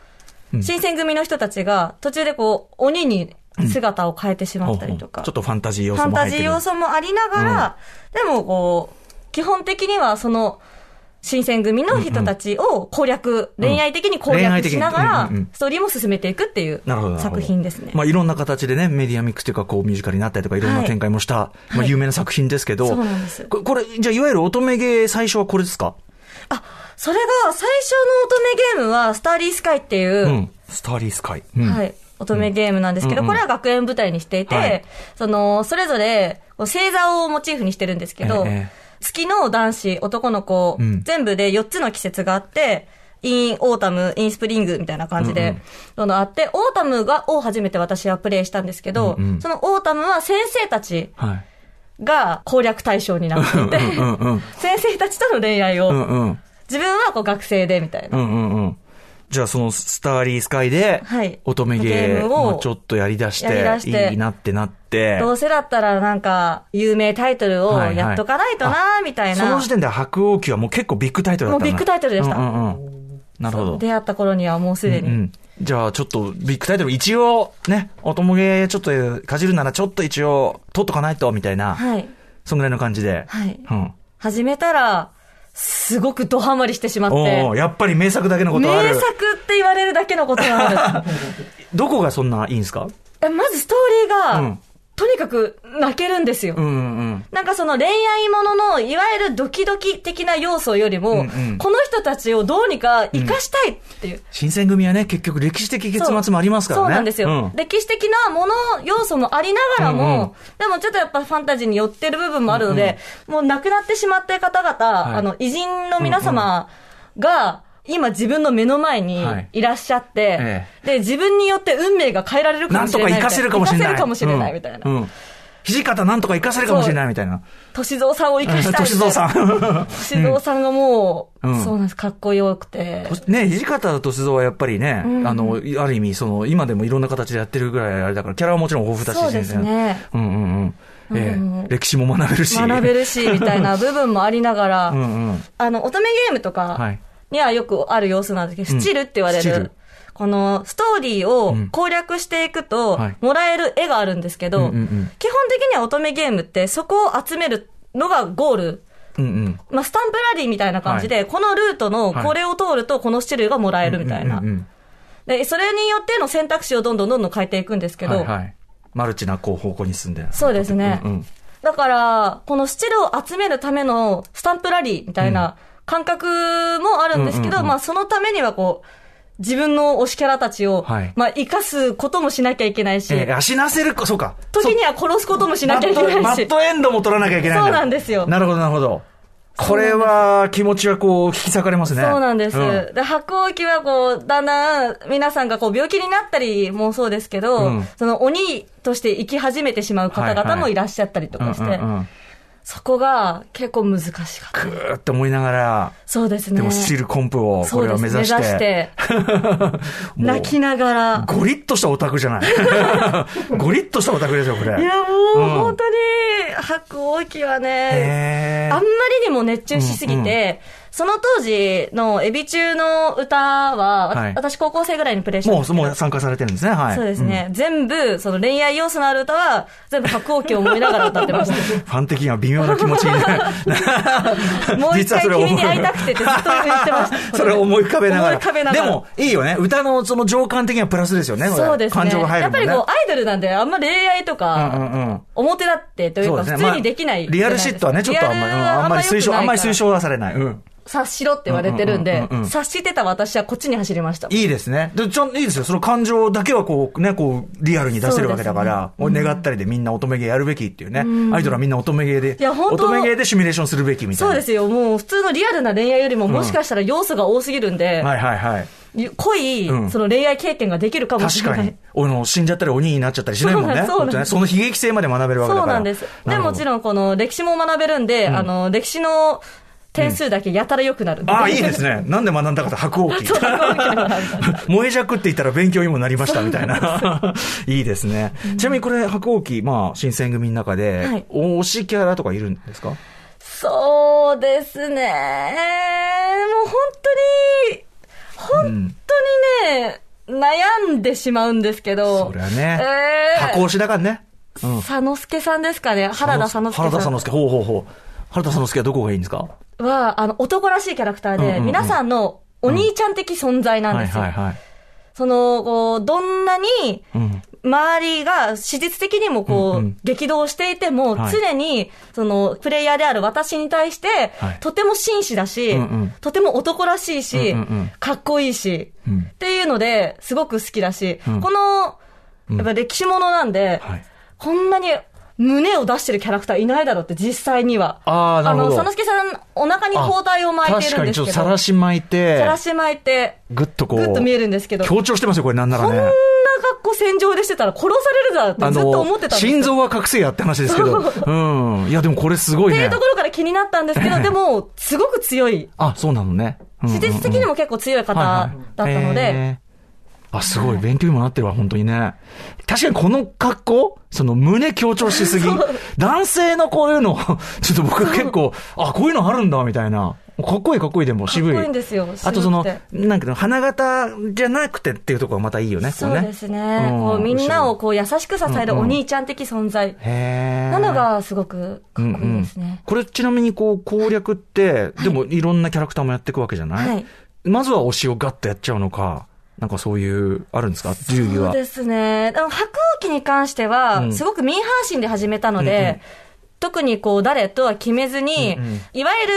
Speaker 5: 新選組の人たちが途中でこう、鬼に姿を変えてしま
Speaker 1: ほう
Speaker 5: った
Speaker 1: ほ
Speaker 5: り
Speaker 1: う
Speaker 5: とか、
Speaker 1: ちょっとファンタジー要
Speaker 5: ファ
Speaker 1: 素
Speaker 5: ン
Speaker 1: も入っ
Speaker 5: タジ
Speaker 1: て
Speaker 5: ー
Speaker 1: る。
Speaker 5: 要素もありながら、でもこう、基本的にはその、新選組の人たちを攻略、
Speaker 1: ん
Speaker 5: 恋愛的に攻
Speaker 1: 恋愛
Speaker 5: 略
Speaker 1: 的に
Speaker 5: しながら
Speaker 1: うんうんうん、
Speaker 5: ストーリーも進めていくっていう
Speaker 1: なるほどなるほど。
Speaker 5: 作品ですね。
Speaker 1: まあ、いろんな形でね、メディアミックスというか、こう、ミュージカルになったりとか、いろんな展開もした、まあ、有名な作品ですけど。
Speaker 5: そうなんです
Speaker 1: これ、これじゃあ、いわゆる乙女芸、最初はこれですか
Speaker 5: あ、それが最初の乙女ゲームは、スターリースカイっていう、
Speaker 1: うん。スターリースカイ。うん
Speaker 5: はい。乙女ゲームなんですけど、
Speaker 1: うんうん
Speaker 5: これは学園舞台にしていて、
Speaker 1: はい
Speaker 5: その、それぞれ、こう星座をモチーフにしてるんですけど、
Speaker 1: ええ
Speaker 5: 月の男子、男の子、
Speaker 1: うん
Speaker 5: 全部で4つの季節があって、インオータム、インスプリングみたいな感じ
Speaker 1: うん
Speaker 5: で、どんどんあって、オータムが、を初めて私はプレイしたんですけど、
Speaker 1: うんうん
Speaker 5: そのオータムは先生たち
Speaker 1: はい。
Speaker 5: が攻略対象になっていて、
Speaker 1: うんうん。
Speaker 5: 先生たちとの恋愛を、
Speaker 1: うんうん。
Speaker 5: 自分はこう学生でみたいな。
Speaker 1: うんうんうん。じゃあそのスターリースカイで
Speaker 5: はい、
Speaker 1: 乙女芸
Speaker 5: ゲームを
Speaker 1: もちょっとやり出し
Speaker 5: やり出して
Speaker 1: て、いいなってなって、
Speaker 5: どうせだったらなんか、有名タイトルをやっとかないと
Speaker 1: はい
Speaker 5: なみたいな。
Speaker 1: その時点で白鸚記はもう結構ビッグタイトルだったんだ
Speaker 5: もうビッグタイトルでした
Speaker 1: うんうんうんなるほど。
Speaker 5: 出会った頃にはもうすで
Speaker 1: うんう
Speaker 5: に
Speaker 1: ん。じゃあ、ちょっと、ビッグタイトル、一応、ね、おともげ、ちょっと、かじるなら、ちょっと一応、取っとかないと、みたいな、
Speaker 5: はい。
Speaker 1: そんぐらいの感じで。
Speaker 5: はい
Speaker 1: うん。
Speaker 5: 始めたら、すごくドハマりしてしまっ
Speaker 1: おー
Speaker 5: て。
Speaker 1: やっぱり名作だけのことあ
Speaker 5: 名
Speaker 1: る。
Speaker 5: 作って言われるだけのこと がある。
Speaker 1: どこがそんないいんですか
Speaker 5: えまずストーリーが、
Speaker 1: うん
Speaker 5: とにかく泣けるんですよ。
Speaker 1: うんうんうん。
Speaker 5: なんかその恋愛ものの、いわゆるドキドキ的な要素よりも、
Speaker 1: んうん
Speaker 5: この人たちをどうにか生かしたいっていう。
Speaker 1: 新選組はね、結局歴史的結末もありますからね。
Speaker 5: そうなんですよ、
Speaker 1: うん
Speaker 5: 歴史的なもの、要素もありながらも、
Speaker 1: うんうん
Speaker 5: でもちょっとやっぱファンタジーに寄ってる部分もあるので、もう亡くなってしまった方々、
Speaker 1: はい
Speaker 5: あの、偉人の皆様が、今自分の目の前に
Speaker 1: はい
Speaker 5: いらっしゃって、
Speaker 1: え
Speaker 5: で、自分によって運命が変えられるか
Speaker 1: な
Speaker 5: も
Speaker 1: ん
Speaker 5: し
Speaker 1: と
Speaker 5: れ
Speaker 1: か
Speaker 5: ないみた
Speaker 1: 活か
Speaker 5: いな。
Speaker 1: せるかもしれない。
Speaker 5: 活かせるかもしれないみたいな。
Speaker 1: うん。うん土方なんとか活かせるかもしれないみたいな。
Speaker 5: 歳三さんを生かしたいみたいな。
Speaker 1: 歳三さん。
Speaker 5: 歳三さんがもう、
Speaker 1: うん
Speaker 5: そうなんです、かっこよくて。
Speaker 1: ね、土方歳三はやっぱりね、あの、ある意味、その、今でもいろんな形でやってるぐらいあれだから、キャラはもちろん豊富だし、
Speaker 5: そうですね
Speaker 1: 人生うんうんうん。え
Speaker 5: うん
Speaker 1: え、歴史も学べるし。
Speaker 5: 学べるし、みたいな部分もありながら、
Speaker 1: うんうん。
Speaker 5: あの、乙女ゲームと
Speaker 1: は
Speaker 5: か
Speaker 1: い
Speaker 5: にはよくある様子なんですけど、
Speaker 1: うん
Speaker 5: スチルって言われ
Speaker 1: スチ
Speaker 5: る
Speaker 1: ル。
Speaker 5: このストーリーを攻略していくと
Speaker 1: はい、
Speaker 5: もらえる絵があるんですけど、
Speaker 1: うんうんうん
Speaker 5: 基本的には乙女ゲームってそこを集めるのがゴール。
Speaker 1: うんうん。
Speaker 5: まあ、スタンプラリーみたいな感じで、このルートのこれを通るとこのスチルがもらえるみたいな
Speaker 1: うんう。ん
Speaker 5: で、それによっての選択肢をどんどんどんどん変えていくんですけ
Speaker 1: うん。はい
Speaker 5: ど、
Speaker 1: はい。マルチな、こう、方向に進んで。
Speaker 5: そうですね
Speaker 1: うんうん。
Speaker 5: だから、このスチルを集めるためのスタンプラリーみたいな感覚もあるんですけ
Speaker 1: うんうんうん
Speaker 5: ど、
Speaker 1: うん
Speaker 5: まあそのためにはこう、自分の推しキャラたちを、
Speaker 1: はい
Speaker 5: まあ生かすこともしなきゃいけないし、
Speaker 1: ええ、足なせる、そうか。
Speaker 5: 時には殺すこともしなきゃいけな
Speaker 1: バ
Speaker 5: いし
Speaker 1: ッ、ドエンドも取らなきゃいけないだ
Speaker 5: そうなんですよ
Speaker 1: なるほど、なるほど。これは、気持ちはこう、引き裂かれますね。
Speaker 5: そうなんです。で、白鸚記はこう、だんだん皆さんがこう病気になったりもそうですけど、
Speaker 1: うん
Speaker 5: その鬼として生き始めてしまう方
Speaker 1: は
Speaker 5: 々
Speaker 1: い
Speaker 5: も
Speaker 1: はい
Speaker 5: いらっしゃったりと
Speaker 1: うんうん
Speaker 5: か
Speaker 1: う
Speaker 5: して、
Speaker 1: ん。
Speaker 5: そこが結構難しかった。
Speaker 1: ぐーって思いながら、
Speaker 5: そうですね。
Speaker 1: でもスチールコンプを、これは目指して。
Speaker 5: そうですね目指して泣きながら。
Speaker 1: ゴリッとしたオタクじ ゃない。ゴリッとしたオタクですよ、こ
Speaker 5: い
Speaker 1: れ。
Speaker 5: や、もう、
Speaker 1: うん
Speaker 5: 本当に、白鸚記はね、
Speaker 1: へ
Speaker 5: あんまりにも熱中しすぎて、
Speaker 1: うんう
Speaker 5: その当時のエビ中の歌は、わ
Speaker 1: はい
Speaker 5: 私高校生ぐらいにプレイ
Speaker 1: ー
Speaker 5: してたん
Speaker 1: も
Speaker 5: です
Speaker 1: う、もう参
Speaker 5: けど
Speaker 1: 加されてるんですね、はい。
Speaker 5: そうですね。全部、その恋愛要素のある歌は、全部白鸚記を思いながら歌ってまし
Speaker 1: うん。ファン的には微妙な気持ちになる。
Speaker 5: た。 もう一
Speaker 1: 実は
Speaker 5: 回
Speaker 1: それ
Speaker 5: 君
Speaker 1: 思う
Speaker 5: に会いたくてってずっと言ってまし た。
Speaker 1: それを思い浮かべながら。
Speaker 5: 思い浮かべながら
Speaker 1: でも、いいよね。歌のその情感的にはプラスですよね、これ
Speaker 5: そうですね。
Speaker 1: 感情が入る
Speaker 5: やっ
Speaker 1: も
Speaker 5: ぱ
Speaker 1: んね。
Speaker 5: りこう、アイドルなんで、あんま恋愛とか、
Speaker 1: うんうんうん。
Speaker 5: 表だってという
Speaker 1: そ
Speaker 5: か、
Speaker 1: うですね
Speaker 5: 普
Speaker 1: ま
Speaker 5: 通
Speaker 1: あ
Speaker 5: にできない
Speaker 1: リアルシットはね、ちょっとあんまり、うんあんまり推奨、あんまり推。
Speaker 5: リアルは良くないから
Speaker 1: 奨はされない。うん。
Speaker 5: 察しろって言われて
Speaker 1: うん
Speaker 5: るん
Speaker 1: うん
Speaker 5: で
Speaker 1: うんうんうん、
Speaker 5: 察してた私はこっちに走りました。
Speaker 1: いいですね。で、ちょ、いいですよ。その感情だけはこう、ね、こう、リアルに出せるわけだから、もう願ったりでみんな乙女芸やるべきっていうね。アイドルはみんな乙女芸で、
Speaker 5: いや本
Speaker 1: 乙
Speaker 5: 当
Speaker 1: 女芸でシミュレーションするべきみたい
Speaker 5: そ
Speaker 1: な。
Speaker 5: うですよ、もう普通のリアルな恋愛よりも、もしかしたら要素が多すぎるんで、
Speaker 1: はいはいはい。
Speaker 5: ゆ濃い
Speaker 1: うん
Speaker 5: その恋愛経験ができるか もし
Speaker 1: 確
Speaker 5: れ
Speaker 1: か
Speaker 5: な
Speaker 1: に
Speaker 5: い。。
Speaker 1: あの、死んじゃったり鬼になっちゃったりしないもんね。
Speaker 5: そうなん
Speaker 1: 本
Speaker 5: です
Speaker 1: 当ねその悲劇性まで学べるわけだ
Speaker 5: そう
Speaker 1: から。
Speaker 5: なんです。でもち
Speaker 1: ん。
Speaker 5: ろん、この歴史も学べるんで、あの、歴史の点数だけやたら良くなる。
Speaker 1: ああ、いいですね。なんで学んだかと、白 鸚記。 萌え弱って言ったら勉強にもなりま したみたいな。 いいですね。ちなみにこれ、白鸚記、まあ、新選組の中で、
Speaker 5: はい
Speaker 1: 推しキャラとかいるんですか
Speaker 5: そうですね。もう本当に、本当にね、悩んでしまうんですけど。
Speaker 1: そりゃね。
Speaker 5: えー
Speaker 1: 箱推しだからね。
Speaker 5: 佐野助さんですかね。原田佐野
Speaker 1: 原田佐
Speaker 5: 助さ
Speaker 1: 之助。ほうほうほう。原田佐之助はどこがいいんですか
Speaker 5: んは、あの、男らしいキャラクターで、
Speaker 1: うんうんうん
Speaker 5: 皆さんのお兄ちゃん的存在なん
Speaker 1: は
Speaker 5: で
Speaker 1: い
Speaker 5: すよ。
Speaker 1: はいはい。
Speaker 5: その、こう、どんなに、
Speaker 1: うん。
Speaker 5: 周りが史実的にもこ
Speaker 1: う
Speaker 5: う、
Speaker 1: んうん
Speaker 5: 激動していても、
Speaker 1: はい
Speaker 5: 常に、その、プレイヤーである私に対して、
Speaker 1: はい
Speaker 5: とても紳士だし、
Speaker 1: うんうん
Speaker 5: とても男らしいし、
Speaker 1: うんうんうん
Speaker 5: かっこいいし、
Speaker 1: うん
Speaker 5: っていうので、すごく好きだし、
Speaker 1: ん
Speaker 5: この、やっぱ歴史ものなんで、
Speaker 1: はい。
Speaker 5: こんなに胸を出してるキャラクターいないだろうって、実際には。
Speaker 1: あーなるほど
Speaker 5: の、佐之助さん、お腹に包帯を巻いて
Speaker 1: 確か
Speaker 5: るん
Speaker 1: に
Speaker 5: で
Speaker 1: ちょ
Speaker 5: す
Speaker 1: っ
Speaker 5: け
Speaker 1: と
Speaker 5: ど、
Speaker 1: さらし巻いて
Speaker 5: さ、らし巻いて、
Speaker 1: ぐっとこう。
Speaker 5: ぐっと見えるんですけど。
Speaker 1: 強調してますよ、これなんなら
Speaker 5: こんな
Speaker 1: ね。
Speaker 5: 格好戦場でしてたら殺されるだろうってずっと思ってたんですよ
Speaker 1: 心臓は隠せやって話ですけ ど。うん。いや、でもこれすごい
Speaker 5: ってい
Speaker 1: ね
Speaker 5: うと。ころから気になったんですけど、でも、すごく強い。
Speaker 1: あ、そうなのね。うんうん
Speaker 5: 史
Speaker 1: うん
Speaker 5: 実的にも結構強い方だったの
Speaker 1: はいはい
Speaker 5: で、
Speaker 1: へあ、すごい。勉強にもなってるわ、本当にね。確かにこの格好、その胸強調しすぎ。男性のこういうの、 ちょっと僕は結構、あ、こういうのあるんだ、みたいな。かっこいいかっこいいでも渋い。
Speaker 5: かっこいいんですよ
Speaker 1: あとその
Speaker 5: 渋く、
Speaker 1: なんか花形じゃなくてっていうところがまたいいよね、こ
Speaker 5: そうですね。こうみんなをこう優しく支えるお兄ちゃん的存在。
Speaker 1: へー
Speaker 5: なのがすごくかっこいいですね。
Speaker 1: うんうん、これちなみにこう攻略って、でもいろんなキャラクターもやっていくわけじゃない、
Speaker 5: はい
Speaker 1: まずは推しをガッとやっちゃうのか、なんかそういう、あるんですか流儀
Speaker 5: そう
Speaker 1: は。
Speaker 5: ですね。でも白鸚記に関して
Speaker 1: う
Speaker 5: は、
Speaker 1: ん
Speaker 5: すごくミーハー心で始めたので、特にこう誰とは決めずに、
Speaker 1: うんうん
Speaker 5: いわゆる、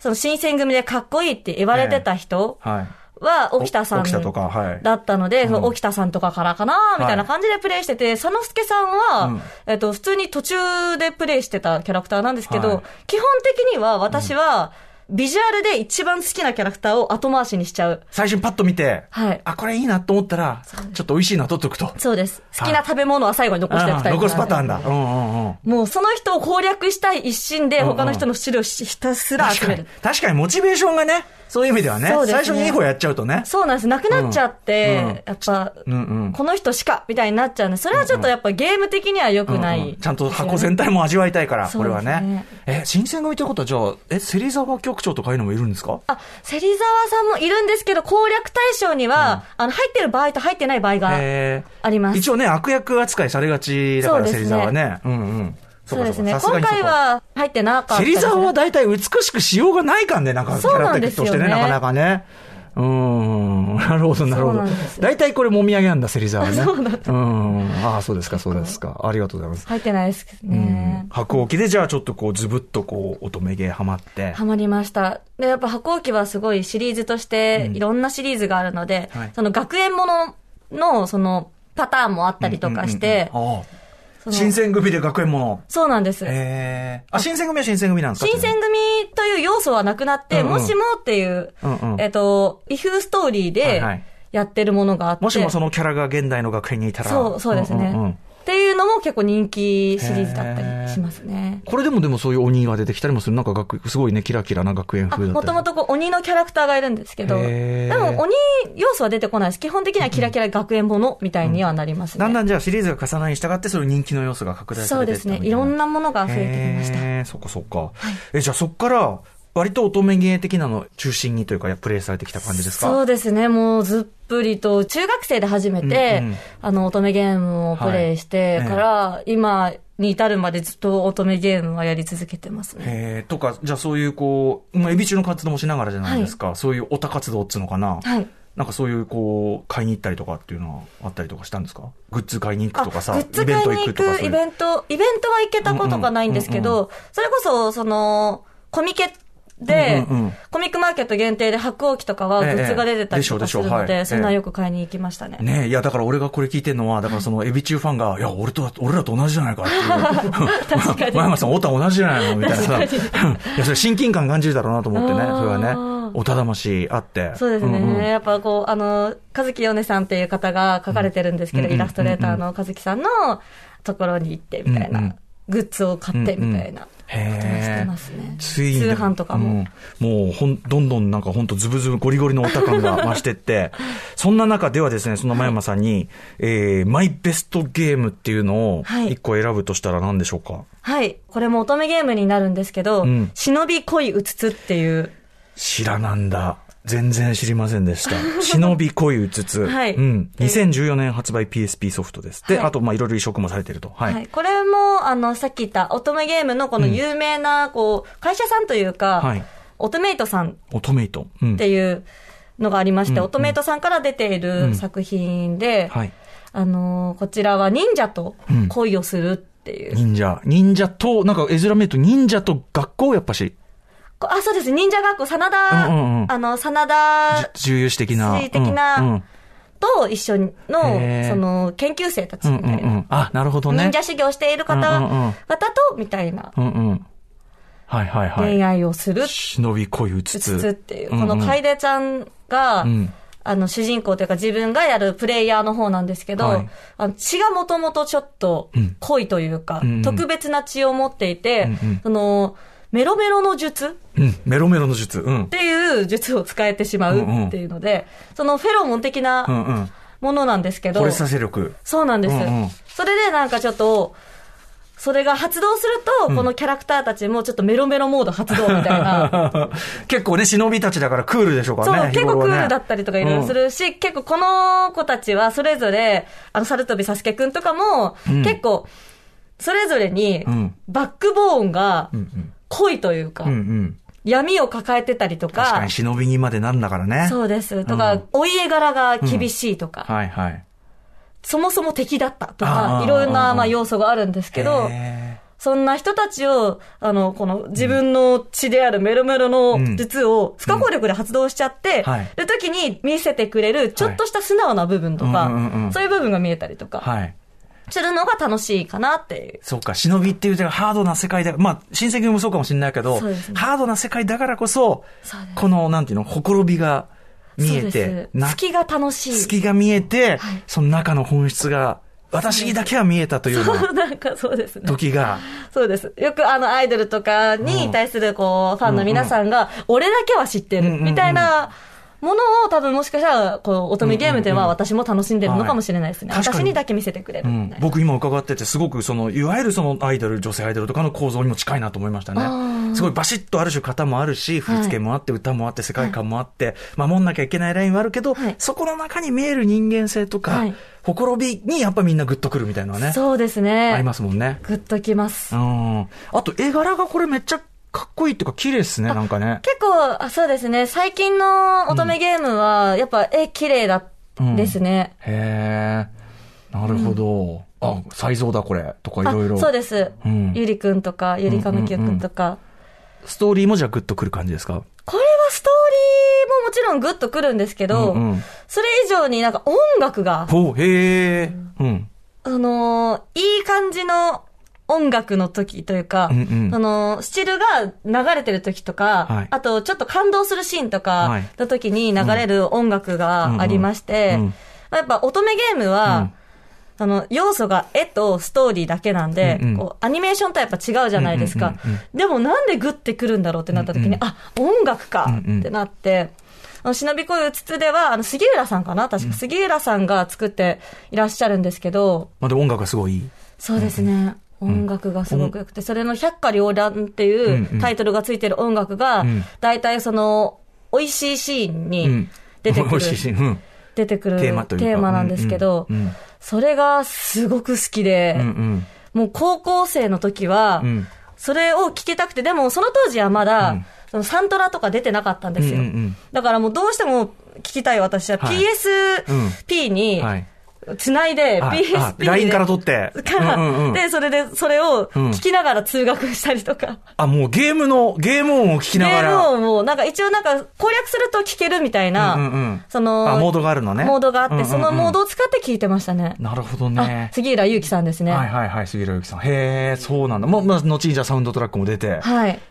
Speaker 5: その新選組でかっこいいって言われてた人
Speaker 1: はい。
Speaker 5: は、沖田さん
Speaker 1: お沖田とかはい
Speaker 5: だったので、その
Speaker 1: うん
Speaker 5: 沖田さんとかからかな、みたいな感じでプレイしてて、佐之助さんは、
Speaker 1: うん
Speaker 5: えっと、普通に途中でプレイしてたキャラクターなんですけど、
Speaker 1: はい
Speaker 5: 基本的には私は、ビジュアルで一番好きなキャラクターを後回しにしちゃう。
Speaker 1: 最初にパッと見て、
Speaker 5: はい
Speaker 1: あ、これいいなと思ったら、ちょっと美味しいな取っとくと。
Speaker 5: そうです。好きな食べ物は最後に残して
Speaker 1: あ
Speaker 5: おく
Speaker 1: ー
Speaker 5: タイプなんで。
Speaker 1: 残すパターンだ。うんうんうん。
Speaker 5: もうその人を攻略したい一心で、
Speaker 1: うんうん
Speaker 5: 他の人の資料をひひたすら
Speaker 1: 確
Speaker 5: 集
Speaker 1: か
Speaker 5: め
Speaker 1: に
Speaker 5: る。。
Speaker 1: 確かにモチベーションがね、そういう意味ではね、
Speaker 5: そうです
Speaker 1: 最
Speaker 5: ね
Speaker 1: 初にいい方やっちゃうとね。
Speaker 5: そうなんです。なくなっちゃって、
Speaker 1: うんうん
Speaker 5: やっぱ、
Speaker 1: うんうん
Speaker 5: この人しか、みたいになっちゃうんで、それはちょっとやっぱゲーム的には良くない、
Speaker 1: うんうんちゃんと箱全体も味わいたいから、こ
Speaker 5: そう
Speaker 1: れ
Speaker 5: です
Speaker 1: は
Speaker 5: ね
Speaker 1: ね。え、新選組ということはじゃあ、え、芹沢局長とかいうのもいるんですか
Speaker 5: あ、芹沢さんもいるんですけど、攻略対象には、あの、入ってる場合と入ってない場合が
Speaker 1: え
Speaker 5: あります。
Speaker 1: 一応ね、悪役扱いされがちだから、
Speaker 5: そうですね
Speaker 1: 芹沢はね。うんうん。そ
Speaker 5: そ
Speaker 1: か
Speaker 5: うで
Speaker 1: か
Speaker 5: すね。
Speaker 1: さが
Speaker 5: 今
Speaker 1: にそこ
Speaker 5: 回は入ってなかったです
Speaker 1: 芹
Speaker 5: ね。
Speaker 1: 沢は大体美しくしようがないかんね、なんかキ
Speaker 5: そ
Speaker 1: ャラ
Speaker 5: うな
Speaker 1: クタ
Speaker 5: んで
Speaker 1: ー
Speaker 5: す
Speaker 1: と
Speaker 5: よ
Speaker 1: して
Speaker 5: ね
Speaker 1: ね、なかなかね。うーん、 なるほど、なるほ
Speaker 5: そう
Speaker 1: ど
Speaker 5: なんです。よ
Speaker 1: 大体これもみあげなんだ、芹沢はね。
Speaker 5: そうなん
Speaker 1: うん。ああ、そうですか、そうですか。ありがとうございます。
Speaker 5: 入ってないですけど
Speaker 1: うん
Speaker 5: ね。。
Speaker 1: 白鸚記で、じゃあちょっとこう、ズブッとこう、乙女芸ハマって。
Speaker 5: ハマりました。で、やっぱ、箱置きはすごいシリーズとして、いろんなシリーズがあるので、
Speaker 1: はい
Speaker 5: その学園ものの、その、パターンもあったりとかして、
Speaker 1: うんうんうんああ
Speaker 5: その
Speaker 1: 新選組で学園もの。
Speaker 5: そうなんです。
Speaker 1: ええ。あ、新選組は新選組なんですか
Speaker 5: 新選組という要素はなくなって、
Speaker 1: うんうん
Speaker 5: もしもっていう、
Speaker 1: うんうん
Speaker 5: えっ、と、異風ストーリー
Speaker 1: はい
Speaker 5: で
Speaker 1: はい
Speaker 5: やってるものがあって、
Speaker 1: もしもそのキャラが現代の学園にいたら。
Speaker 5: そう、そうですね、
Speaker 1: んんうん
Speaker 5: っていうのも結構人気シリーズだったりしますね。
Speaker 1: これでもでもそういう鬼が出てきたりもする。なんか学、すごいね、キラキラな学園
Speaker 5: あ
Speaker 1: 風だった
Speaker 5: もとも
Speaker 1: と。
Speaker 5: とこう鬼のキャラクターがいるんですけど、
Speaker 1: へー
Speaker 5: でも鬼要素は出てこないです。基本的にはキラキラ学園ものみたいにはなりますね。
Speaker 1: だんだんじゃあシリーズが重なりに従って、その人気の要素が拡大さ
Speaker 5: そ
Speaker 1: れ
Speaker 5: う
Speaker 1: て
Speaker 5: で
Speaker 1: いった
Speaker 5: す
Speaker 1: みたな
Speaker 5: ね。
Speaker 1: い
Speaker 5: ろんなものが増えてきました。
Speaker 1: へーそっかそっか。え、じゃあそっから、割と乙女芸的なの中心にというか、プレイされてきた感じですか
Speaker 5: そうですね、もうずっぷりと、中学生で初めて、
Speaker 1: うんうん
Speaker 5: あの、乙女ゲームをプレイしてから、今に至るまでずっと乙女ゲームはやり続けてますね。
Speaker 1: えー、とか、じゃあそういうこう、まあ、エビ中の活動もしながらじゃないですか、そういうオタ活動っつうのかな、
Speaker 5: はい。
Speaker 1: なんかそういうこう、買いに行ったりとかっていうのはあったりとかしたんですかグッズ買いに行くとかさ、
Speaker 5: あグッズ買いに行
Speaker 1: そ
Speaker 5: く、
Speaker 1: うい
Speaker 5: イ
Speaker 1: う
Speaker 5: ベント、イベントは行けたことがないんですけ
Speaker 1: うんうん
Speaker 5: ど、それこそ、その、コミケで、
Speaker 1: うんうんうん
Speaker 5: コミックマーケット限定で白鸚記とかはグッズが出てた
Speaker 1: ええ
Speaker 5: りとかするの
Speaker 1: でしょうでしょうは
Speaker 5: で、
Speaker 1: い
Speaker 5: そんなよく買いに行きましたね。
Speaker 1: ねえ、いや、だから俺がこれ聞いてるのは、だからその、エビ中ファンが、いや、俺と、俺らと同じじゃないかって いう。前山さん、オタ同じじゃないのみたいなさ。 いや、それ親近感感じるだろうなと思ってね。
Speaker 5: あー
Speaker 1: それはね、オタ魂あって。
Speaker 5: そうですね。
Speaker 1: んん
Speaker 5: やっぱこう、あの、和樹ヨネさんっていう方が書かれてるんですけど、
Speaker 1: うんうん
Speaker 5: イラストレーターの和樹さんのところに行って、みたいな、
Speaker 1: うんうん
Speaker 5: グッズを買って、みたいなことを
Speaker 1: うんうん
Speaker 5: してますね。
Speaker 1: ついに。
Speaker 5: 通販とかも。
Speaker 1: うん。もう、ほん、どんどんなんかほんとズブズブゴリゴリのオタ感が増してって、そんな中ではですね、そんな真山さんに、えー、マイベストゲームっていうのを、
Speaker 5: はい
Speaker 1: 一個選ぶとしたら何でしょうか
Speaker 5: はい。これも乙女ゲームになるんですけど、
Speaker 1: うん
Speaker 5: 忍び恋うつつっていう、
Speaker 1: 知らなんだ。全然知りませんで した。忍び恋うつつ。
Speaker 5: はい
Speaker 1: うん。2014年発売 PSP ソフトです。で、
Speaker 5: はい
Speaker 1: あと、まあ、いろいろ移植もされてると。はい。
Speaker 5: はい。これも、あの、さっき言った乙女ゲームのこの有名な、こう、会社さんというか、
Speaker 1: はい
Speaker 5: オトメイトさん
Speaker 1: オトメイト。うん
Speaker 5: っ。ていうのがありまして、
Speaker 1: うん
Speaker 5: オトメイトさんから出ている作品で、
Speaker 1: はい。
Speaker 5: あのーこちらは忍者と
Speaker 1: うん
Speaker 5: 恋をするっていう。
Speaker 1: 忍者。忍者と、なんか絵面見ると忍者と学校をやっぱし、
Speaker 5: こあ、そうです。忍者学校、真田、
Speaker 1: うんうんうん
Speaker 5: あの、真田
Speaker 1: じ重要視的な。
Speaker 5: 重視的な
Speaker 1: うんうん
Speaker 5: と一緒の、
Speaker 1: へー
Speaker 5: その、研究生たち
Speaker 1: うん
Speaker 5: み
Speaker 1: う
Speaker 5: たい
Speaker 1: ん
Speaker 5: な。
Speaker 1: うん。あ、なるほどね。
Speaker 5: 忍者修行している方、
Speaker 1: うんうんうん
Speaker 5: 方と、みたいな
Speaker 1: うんうん。はいはいはい。
Speaker 5: 恋愛をする、
Speaker 1: 忍び恋うつつ。
Speaker 5: つつっていう。こ
Speaker 1: ん
Speaker 5: の
Speaker 1: ん
Speaker 5: 楓ちゃんが、
Speaker 1: うん
Speaker 5: あの、主人公というか自分がやるプレイヤーの方なんですけど、
Speaker 1: はい
Speaker 5: あの血がもともとちょっと
Speaker 1: うん
Speaker 5: 濃いというか、
Speaker 1: うんうん
Speaker 5: 特別な血を持っていて、
Speaker 1: うんうん
Speaker 5: その、メロメロの術っ
Speaker 1: うん、メロメロの術。うん
Speaker 5: て。いう術を使えてしまうっていうので、そのフェロモン的
Speaker 1: うんう。
Speaker 5: なんものなんですけど、
Speaker 1: 惚れさせ力。
Speaker 5: そうなんです、
Speaker 1: うんうん
Speaker 5: それでなんかちょっと、それが発動すると、このキャラクターたちもちょっとメロメロモード発動みたいな。
Speaker 1: 結構ね、忍びたちだからクールでしょうか
Speaker 5: そう、
Speaker 1: らね。
Speaker 5: 結
Speaker 1: 日
Speaker 5: 構
Speaker 1: 頃
Speaker 5: ク
Speaker 1: はね
Speaker 5: ールだったりとかいろいろするし、結構この子たちはそれぞれ、あの、サルトビサスケくんとかも、
Speaker 1: ん
Speaker 5: 結構、それぞれに
Speaker 1: ん、
Speaker 5: バックボーンが
Speaker 1: うんうん
Speaker 5: 濃いというか、
Speaker 1: うんうん。
Speaker 5: 闇を抱えてたりと
Speaker 1: 確か
Speaker 5: か
Speaker 1: に、忍びにまでなんだからね。
Speaker 5: そうです。とか、
Speaker 1: うん
Speaker 5: お家柄が厳しいとか、
Speaker 1: はいはい。
Speaker 5: そもそも敵だったと
Speaker 1: あ
Speaker 5: か
Speaker 1: ー、
Speaker 5: いろんな、まあ、要素があるんですけど、
Speaker 1: へ
Speaker 5: そんな人たちを、あの、この自分の血であるメロメロの術を不可抗力で発動しちゃって、
Speaker 1: うんはい
Speaker 5: る時に見せてくれるちょっとした素直な部分とか、
Speaker 1: はいうんうんうん
Speaker 5: そういう部分が見えたりと
Speaker 1: ー
Speaker 5: か、
Speaker 1: はい。
Speaker 5: するのが楽しいかなっていう。
Speaker 1: そうか、忍びっていう点がハードな世界だ。まあ、親戚もそうかもしれないけど、
Speaker 5: そうですね
Speaker 1: ハードな世界だからこそ、
Speaker 5: そうです
Speaker 1: この、なんていうの、ほころびが見え
Speaker 5: そう
Speaker 1: て、
Speaker 5: です
Speaker 1: な
Speaker 5: 隙が楽しい。
Speaker 1: 隙が見えて、
Speaker 5: はい
Speaker 1: その中の本質が、私にだけは見えたというような
Speaker 5: そう、 なんかそうですね。
Speaker 1: 時が、
Speaker 5: そうです。よくあの、アイドルとかに対する、こう、ファンの皆さんが、俺だけは知って
Speaker 1: うんうん
Speaker 5: る、
Speaker 1: うん
Speaker 5: みたいな、ものを多分もしかしたら、こう、乙女ゲームでは私も楽しんでるのかもしれないですね。
Speaker 1: はい確か
Speaker 5: 私
Speaker 1: に
Speaker 5: にだけ見せてくれ
Speaker 1: う
Speaker 5: るみ
Speaker 1: ん
Speaker 5: たいな。
Speaker 1: 僕今伺ってて、すごくその、いわゆるそのアイドル、女性アイドルとかの構造にも近いなと思いました
Speaker 5: あ
Speaker 1: ね。
Speaker 5: ー
Speaker 1: すごいバシッとある種型もあるし、振り付けもあって、歌もあって、世界観もあって、守んなきゃいけないラインはあるけど
Speaker 5: はい、
Speaker 1: そこの中に見える人間性とか
Speaker 5: はい、
Speaker 1: ほころびにやっぱみんなグッとくるみたいなのはね、
Speaker 5: そうですね。
Speaker 1: ありますもんね。
Speaker 5: グッときます
Speaker 1: う。ん。あと、絵柄がこれめっちゃかっこいいっていうか、綺麗ですね、なんかね。
Speaker 5: 結構、あそうですね。最近の乙女ゲームは、やっぱ絵綺麗だ、
Speaker 1: うん
Speaker 5: ですね。
Speaker 1: へえ、なるほど。あ、才蔵だこれ、とかい
Speaker 5: あ
Speaker 1: ろいろ。
Speaker 5: そうです。
Speaker 1: うん
Speaker 5: ゆりくんとか、ゆりかむきゅうくんとか。
Speaker 1: ストーリーもじゃあグッとくる感じですか
Speaker 5: これはストーリーももちろんグッとくるんですけど、
Speaker 1: うんうん
Speaker 5: それ以上になんか音楽が、
Speaker 1: ほう、へえ。うん。
Speaker 5: あのーいい感じの音楽の時というか、
Speaker 1: うんうん
Speaker 5: その、スチルが流れてる時とか、
Speaker 1: はい
Speaker 5: あとちょっと感動するシーンと
Speaker 1: は
Speaker 5: か
Speaker 1: い
Speaker 5: の時に流れる音楽がありまし
Speaker 1: うん
Speaker 5: て、
Speaker 1: うんうん
Speaker 5: やっぱ乙女ゲームは、あの、要素が絵とストーリーだけなんで、
Speaker 1: うんうん
Speaker 5: こうアニメーションとはやっぱ違うじゃないですか。
Speaker 1: うんうんうん
Speaker 5: でもなんでグッてくるんだろうってなった時に、
Speaker 1: うんうん
Speaker 5: あ、音楽か
Speaker 1: うんうん
Speaker 5: ってなって、あの、忍び恋うつつでは、あの、杉浦さんかな確か杉浦さんが作っていらっしゃるんですけど、
Speaker 1: まあ、でも音楽がすごいいい。
Speaker 5: そうですね。音楽がすごく良くて、それの百花繚乱ってい
Speaker 1: んうん
Speaker 5: うタイトルがついてる音楽が
Speaker 1: うん、
Speaker 5: 大体その、美味しいシーンに出てく
Speaker 1: 美
Speaker 5: る、
Speaker 1: 味しいし、うん。
Speaker 5: 出てくる
Speaker 1: テ
Speaker 5: テ
Speaker 1: ー
Speaker 5: ー
Speaker 1: マ
Speaker 5: マ
Speaker 1: というか
Speaker 5: なんですけど
Speaker 1: うんうん、
Speaker 5: それがすごく好きで
Speaker 1: うんう、ん。
Speaker 5: もう高校生の時は
Speaker 1: うん、
Speaker 5: それを聴きたくて、でもその当時はま
Speaker 1: うん
Speaker 5: だ、そのサントラとか出てなかったんですよ
Speaker 1: うんうんうん。
Speaker 5: だからもうどうしても聞きたい私は
Speaker 1: はい
Speaker 5: PSP に
Speaker 1: はい。
Speaker 5: つないで、
Speaker 1: あ
Speaker 5: PSP
Speaker 1: あ
Speaker 5: で。
Speaker 1: LINE から撮って。
Speaker 5: から、
Speaker 1: うんうんうん
Speaker 5: で、それで、それを
Speaker 1: うん
Speaker 5: 聞きながら通学したりとか。
Speaker 1: あ、もうゲームの、ゲーム音を聞き
Speaker 5: メ
Speaker 1: なが
Speaker 5: ール
Speaker 1: ら。
Speaker 5: をもう、なんか一応なんか攻略すると聞けるみたいな、
Speaker 1: うんうんうん
Speaker 5: その、
Speaker 1: あ、モードがあるのね。
Speaker 5: モードがあって、
Speaker 1: うんうんうん
Speaker 5: そのモードを使って聞いてましたね。
Speaker 1: なるほど
Speaker 5: あ
Speaker 1: ね、。
Speaker 5: 杉浦祐樹さんですね。
Speaker 1: は
Speaker 5: はいい。
Speaker 1: はいはい、杉浦由紀さん。へえ、そうなんだ。まあ、まあ、後にじゃあサウンドトラックも出て。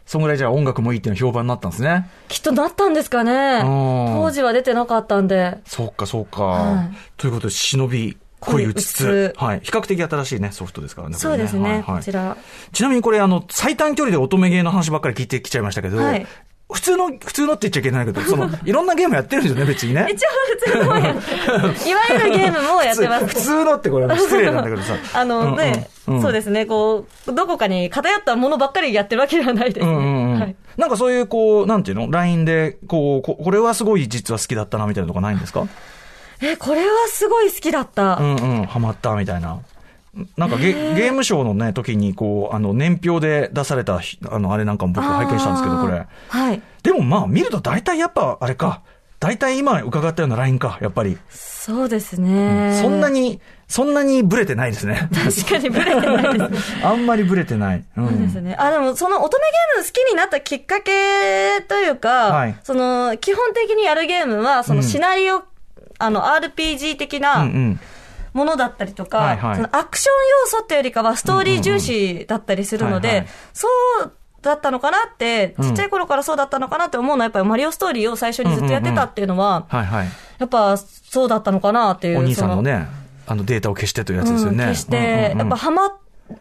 Speaker 1: そんぐらいじゃあ音楽もいいっていうの評判になったんですね。
Speaker 5: きっとなったんですかね。
Speaker 1: うん
Speaker 5: 当時は出てなかったんで。
Speaker 1: そうか、そうか。
Speaker 5: はい
Speaker 1: ということで、忍び、恋
Speaker 5: 恋
Speaker 1: う
Speaker 5: う
Speaker 1: つ
Speaker 5: つ
Speaker 1: つ
Speaker 5: つ
Speaker 1: はい。比較的新しいね、ソフトですからね。こ
Speaker 5: そ
Speaker 1: れ
Speaker 5: うですね、
Speaker 1: はいはい
Speaker 5: こちら。
Speaker 1: ちなみにこれ、あの、最短距離で乙女芸の話ばっかり聞いてきちゃいましたけど、
Speaker 5: はい
Speaker 1: 普通の、普通のって言っちゃいけないけど、そ の、いろんなゲームやってるんですよね、別に ね。
Speaker 5: 一応、普通のもやって、いわゆるゲームもやってます。。
Speaker 1: 普通のってこれ、失礼なんだけ どさ
Speaker 5: あのね、
Speaker 1: うんうんうん
Speaker 5: そうですね、こう、どこかに偏ったものばっかりやってるわけではないです
Speaker 1: う
Speaker 5: ね。
Speaker 1: んうんうん
Speaker 5: はい
Speaker 1: なんかそういう、こう、なんていうの ?LINE で、こうこ、これはすごい実は好きだったな、みたいなとかないんですか
Speaker 5: え、これはすごい好きだっ
Speaker 1: う
Speaker 5: た。
Speaker 1: んうん、ハマったみたいな。なんかゲ,、ゲームショーのね、時に、こう、あの、年表で出されたひ、あの、あれなんかも僕拝見したんですけど、これ
Speaker 5: あ。ーはい。
Speaker 1: でもまあ、見ると大体やっぱ、あれか。大体今伺ったようなラインか、やっぱり。
Speaker 5: そうですね。
Speaker 1: そんな。に、そんなにブレてないですね。
Speaker 5: 確かにブレてないですね。
Speaker 1: あんまりブレてない。うん
Speaker 5: そうですね。あ、でもその乙女ゲーム好きになったきっかけというか、
Speaker 1: はい
Speaker 5: その、基本的にやるゲームは、そのシナリオ、あの、RPG 的
Speaker 1: うんう。
Speaker 5: なんものだったりとか、
Speaker 1: はいはい
Speaker 5: そのアクション要素っていうよりかはストーリー重視だったりするので、
Speaker 1: うんうんうんはいはい
Speaker 5: そうだったのかなって、
Speaker 1: ん
Speaker 5: ちっちゃい頃からそうだったのかなって思うのは、やっぱりマリオストーリーを最初にずっとやってたっていうのは、
Speaker 1: はいはい。
Speaker 5: やっぱそうだったのかなっていう。
Speaker 1: お兄さんの
Speaker 5: そ
Speaker 1: ね、あのデータを消してというやつですよね。
Speaker 5: うん消して、
Speaker 1: うんうんうん
Speaker 5: やっぱハマっ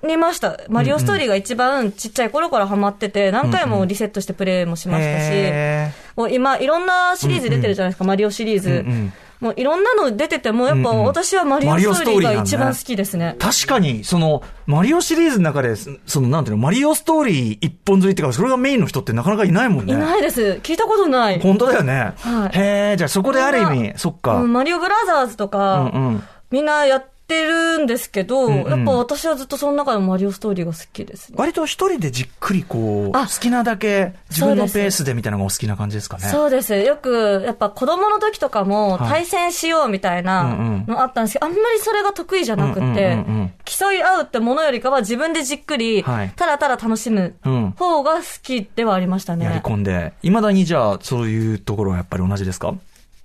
Speaker 5: りました。マリオストーリーが一番ちっちゃい頃からハマってて、何回もリセットしてプレイもしましたし、
Speaker 1: へ
Speaker 5: もう今、いろんなシリーズ出てるじゃないですか、マリオシリーズ。
Speaker 1: んうん
Speaker 5: もういろんなの出てても、やっぱ私はマリオストーリーが一番好きですね
Speaker 1: ー。確かに、その、マリオシリーズの中で、そその、なんていうの、マリオストーリー一本釣りっていうか、それがメインの人ってなかなかいないもんね。
Speaker 5: いないです。聞いたことない。
Speaker 1: 本当だよね。
Speaker 5: はい
Speaker 1: へえ、じゃあそこである意味、そっか。
Speaker 5: うんマリオブラザーズとか、
Speaker 1: うんうん
Speaker 5: みんなやってるんですけど、
Speaker 1: んうん
Speaker 5: やっぱ私はずっとその中でもマリオストーリーが好きですね。
Speaker 1: 割と一人でじっくりこう、好
Speaker 5: あ
Speaker 1: きなだけ自分の
Speaker 5: そうです
Speaker 1: ペースでみたいなのがお好きな感じですかね。
Speaker 5: そうです。よく、やっぱ子供の時とかも
Speaker 1: はい
Speaker 5: 対戦しようみたい
Speaker 1: うんうん
Speaker 5: なのあったんですけど、あんまりそれが得意じゃなく
Speaker 1: う
Speaker 5: て
Speaker 1: んうんうんうん、
Speaker 5: 競い合うってものよりかは自分でじっくり、
Speaker 1: はい
Speaker 5: ただただ楽しむ
Speaker 1: うん
Speaker 5: 方が好きではありました
Speaker 1: やり
Speaker 5: ね。
Speaker 1: 込んで。いまだにじゃあ、そういうところはやっぱり同じですか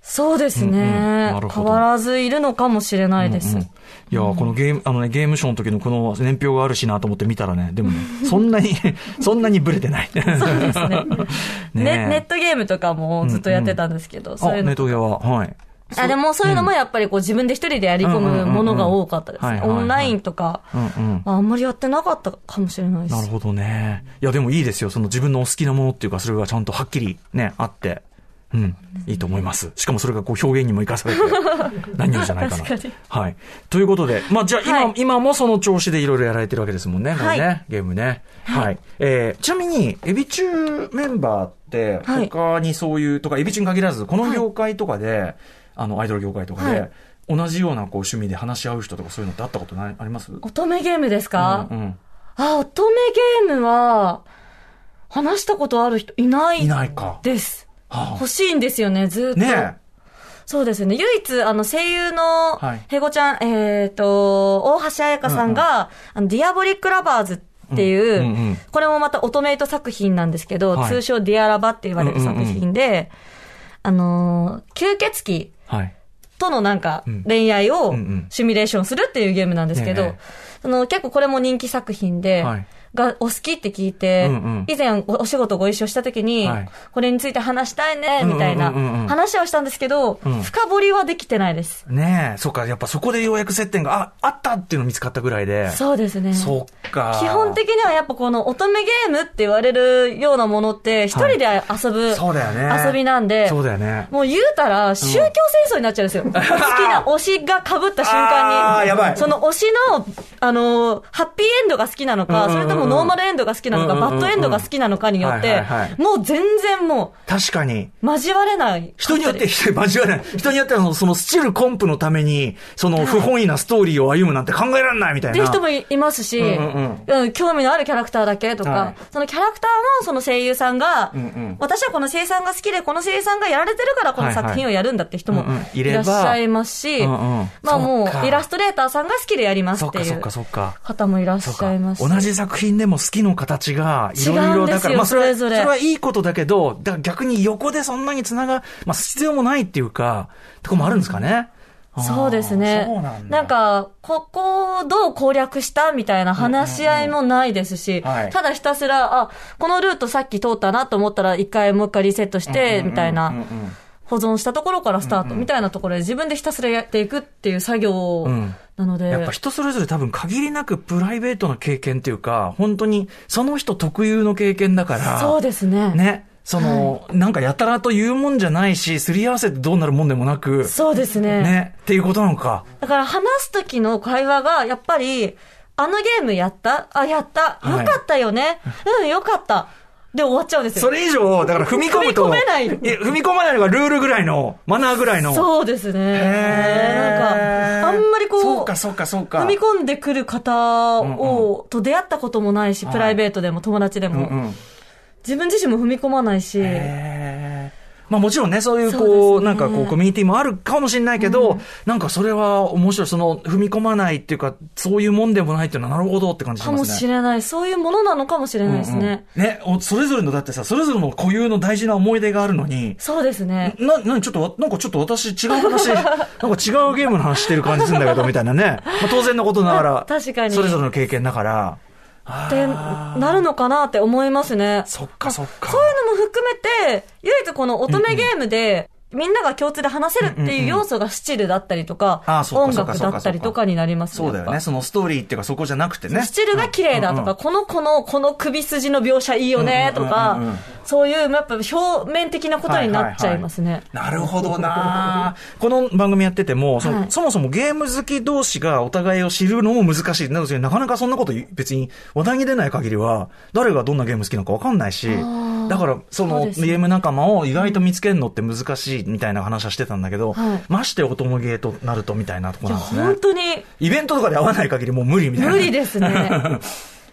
Speaker 5: そうですね、
Speaker 1: うんうんなるほ
Speaker 5: 変
Speaker 1: ど
Speaker 5: わらずいるのかもしれないです。
Speaker 1: いやーこのゲーム、あのね、ゲームショーの時のこの年表があるしなと思って見たらね、でもね、そんなに、 そんなにブレてない。そうです ね。
Speaker 5: ね、ネッ
Speaker 1: ね
Speaker 5: トゲームとかもずっとやってたんですけど、
Speaker 1: あ、
Speaker 5: そうい
Speaker 1: ネ
Speaker 5: うの
Speaker 1: ットゲーは、はい。
Speaker 5: あ、でもそういうのもやっぱりこう自分で一人でやり込むものが多かったです
Speaker 1: うんうん
Speaker 5: ね。
Speaker 1: うんうん
Speaker 5: オンラインとか、
Speaker 1: うんうん。
Speaker 5: ああんまりやってなかったかもしれないで
Speaker 1: なる
Speaker 5: す。
Speaker 1: ほどね。いや、でもいいですよ。その自分のお好きなものっていうか、それがちゃんとはっきりね、あって。うん。いいと思います。しかもそれがこう表現にも生かされ て、何よりじゃないかな。
Speaker 5: 確かに
Speaker 1: はい。ということで、まあじゃあ今、
Speaker 5: はい
Speaker 1: 今もその調子でいろいろやられてるわけですもんね。
Speaker 5: はい
Speaker 1: これねゲームね。はい。えー、ちなみに、エビ中メンバーって、
Speaker 5: はい
Speaker 1: 他にそういう、とか、エビ中に限らず、この業界とかで、あの、アイドル業界とかで、
Speaker 5: はい
Speaker 1: 同じようなこう趣味で話し合う人とかそういうのってあったことないあります
Speaker 5: 乙女ゲームですか、
Speaker 1: うんうん
Speaker 5: あ、乙女ゲームは、話したことある人いない
Speaker 1: いないか。
Speaker 5: です。
Speaker 1: は
Speaker 5: 欲しいんですよね、ずーっ
Speaker 1: あ
Speaker 5: と。
Speaker 1: ねえ。
Speaker 5: そうですね。唯一、あの、声優の
Speaker 1: はい、
Speaker 5: ヘゴちゃん、えっ、と、大橋彩香さんが、あの、ディアボリック・ラバーズってい
Speaker 1: うんうん
Speaker 5: う、
Speaker 1: うん
Speaker 5: これもまたオトメイト作品なんですけど、
Speaker 1: はい
Speaker 5: 通称ディアラバって言われる作品で、あのー吸血鬼
Speaker 1: はい。
Speaker 5: とのなんか
Speaker 1: ん
Speaker 5: 恋愛
Speaker 1: う
Speaker 5: を
Speaker 1: んうん
Speaker 5: シミュレーションするっていうゲームなんですけど、
Speaker 1: ええ
Speaker 5: その結構これも人気作品で、
Speaker 1: はい
Speaker 5: がお好きって聞いて、
Speaker 1: うんうん
Speaker 5: 以前おお仕事ご一緒した時に、
Speaker 1: はい
Speaker 5: これについて話したいね、みたいな
Speaker 1: うんうんうんうん
Speaker 5: 話はしたんですけど、
Speaker 1: うん
Speaker 5: 深掘りはできてないです。
Speaker 1: ねえ、そっか、やっぱそこでようやく接点が、あ、あったっていうの見つかったぐらいで。
Speaker 5: そうですね。
Speaker 1: そっか。
Speaker 5: 基本的にはやっぱこの乙女ゲームって言われるようなものって、一人で遊ぶ、
Speaker 1: そうだよね。
Speaker 5: 遊びなんで、
Speaker 1: そうだよね。
Speaker 5: もう言うたら、宗教戦争になっちゃう んですよ。好きな推しが被った瞬
Speaker 1: あ
Speaker 5: 間
Speaker 1: ー
Speaker 5: に。
Speaker 1: やばい
Speaker 5: その推しの、あのーハッピーエンドが好きなのか、
Speaker 1: うんうんうん
Speaker 5: それともノーマルエンドが好きなのか、
Speaker 1: うんうんうん
Speaker 5: バッドエンドが好きなのかによっ
Speaker 1: はい
Speaker 5: て
Speaker 1: はいはい、
Speaker 5: もう全然も
Speaker 1: 確かに。
Speaker 5: う、交われない。
Speaker 1: 人によって、人、間違いない。人によってはその、そのスチルコンプのために、その不本意なストーリーを歩むなんて考えられないみたいな。
Speaker 5: っていう人もいますし、
Speaker 1: うんうん
Speaker 5: うん興味のあるキャラクターだけとか、
Speaker 1: はい
Speaker 5: そのキャラクターもその声優さんが、
Speaker 1: んうん
Speaker 5: 私はこの声優さんが好きで、この声優さんがやられてるからこの作品をやるんだって人も
Speaker 1: はいはいうんうんい
Speaker 5: い
Speaker 1: れば
Speaker 5: らっしゃいますし、
Speaker 1: うんうん
Speaker 5: まあも
Speaker 1: そっか
Speaker 5: うイラストレーターさんが好きでやります
Speaker 1: そ
Speaker 5: っ
Speaker 1: ってか
Speaker 5: い
Speaker 1: そっ
Speaker 5: う
Speaker 1: かそっか。
Speaker 5: 方もいらっ
Speaker 1: そう
Speaker 5: し
Speaker 1: か
Speaker 5: ゃいます。
Speaker 1: 同じ作品でも好きの形がいろい
Speaker 5: 違う
Speaker 1: ろ
Speaker 5: んです
Speaker 1: だから、
Speaker 5: よ
Speaker 1: まあそれは
Speaker 5: それぞれ
Speaker 1: それはいいことだけど、だから逆に横でそんなにつなが、まあ必要もないっていうか、とこもあるんですかね。あー
Speaker 5: そうですね。
Speaker 1: そうな
Speaker 5: なんん
Speaker 1: だ。
Speaker 5: か、ここをどう攻略したみたいな話し合いもないですし、
Speaker 1: うんうんはい
Speaker 5: ただひたすら、あ、このルートさっき通ったなと思ったら一回もう一回リセットして、みたいな。
Speaker 1: うんうん
Speaker 5: 保存したところからスタートみたいなところで自分でひたすらやっていくっていう作業
Speaker 1: ん
Speaker 5: なので、
Speaker 1: やっぱ人それぞれ多分限りなくプライベートの経験っていうか、本当にその人特有の経験だから。
Speaker 5: そうですね。
Speaker 1: ね。その、なんかやたらと言うもんじゃないし、すり合わせてどうなるもんでもなく。
Speaker 5: そうですね。
Speaker 1: ね。っていうことなのか。
Speaker 5: だから話す時の会話がやっぱり、あのゲームやったあ、やった。
Speaker 1: はい
Speaker 5: よかったよね。うん、よかった。で終わっちゃうんですよ。
Speaker 1: それ以上、だから踏み込むと。
Speaker 5: 踏み込めない
Speaker 1: や踏み込まないのがルールぐらいの、マナーぐらいの。
Speaker 5: そうですね。なんか、あんまりこう、
Speaker 1: そうか、そうか、そうか。
Speaker 5: 踏み込んでくる方を、と出会ったこともないし、
Speaker 1: はい
Speaker 5: プライベートでも友達でも、
Speaker 1: うんうん
Speaker 5: 自分自身も踏み込まないし、
Speaker 1: へーまあもちろんね、そういう
Speaker 5: そう
Speaker 1: こう、
Speaker 5: ですね
Speaker 1: なんかこう、コミュニティもあるかもしれないけど、なんかそれは面白い。その、踏み込まないっていうか、そういうもんでもないっていうのはなるほどって感じし
Speaker 5: か
Speaker 1: ますね。
Speaker 5: もしれない。そういうものなのかもしれないですね。
Speaker 1: うんうんねおそれぞれの、だってさ、それぞれの固有の大事な思い出があるのに、
Speaker 5: そうですね。
Speaker 1: な、なにちょっとわ、なんかちょっと私違う 話、なんか違うゲームの話してる感じするんだけど、みたいなね。まあ当然のことながら、
Speaker 5: 確かに
Speaker 1: それぞれの経験だから、
Speaker 5: ってなるのかなって思いますね。
Speaker 1: そっかそっか
Speaker 5: そういうのも含めて、唯一この乙女ゲームで、みんなが共通で話せるっていう要素がスチルだったりとか、
Speaker 1: ああそうか
Speaker 5: 音
Speaker 1: そうか
Speaker 5: 楽だったりとかになります
Speaker 1: そうだよね。。そのストーリーっていうかそこじゃなくて
Speaker 5: やっ
Speaker 1: ね。
Speaker 5: ぱスチルが綺麗だとか、この子のこの首筋の描写いいよねと
Speaker 1: う
Speaker 5: か
Speaker 1: んうんうんうん、
Speaker 5: そういうやっぱ表面的なことになっちゃいますね。
Speaker 1: なるほどな この番組やっててもその、
Speaker 5: はい
Speaker 1: そもそもゲーム好き同士がお互いを知るのも難しい。なので、なかなかそんなこと別に話題に出ない限りは、誰がどんなゲーム好きなのかわかんないし、だから、その
Speaker 5: そうですね
Speaker 1: ゲーム仲間を意外と見つけるのって難しいみたいな話はしてたんだけど、
Speaker 5: はい
Speaker 1: ましてお供ゲーとなるとみたいなとこ
Speaker 5: いや、
Speaker 1: なんですね
Speaker 5: 本。当に
Speaker 1: イベントとかで会わない限りもう無理みたいな。
Speaker 5: 無理ですね。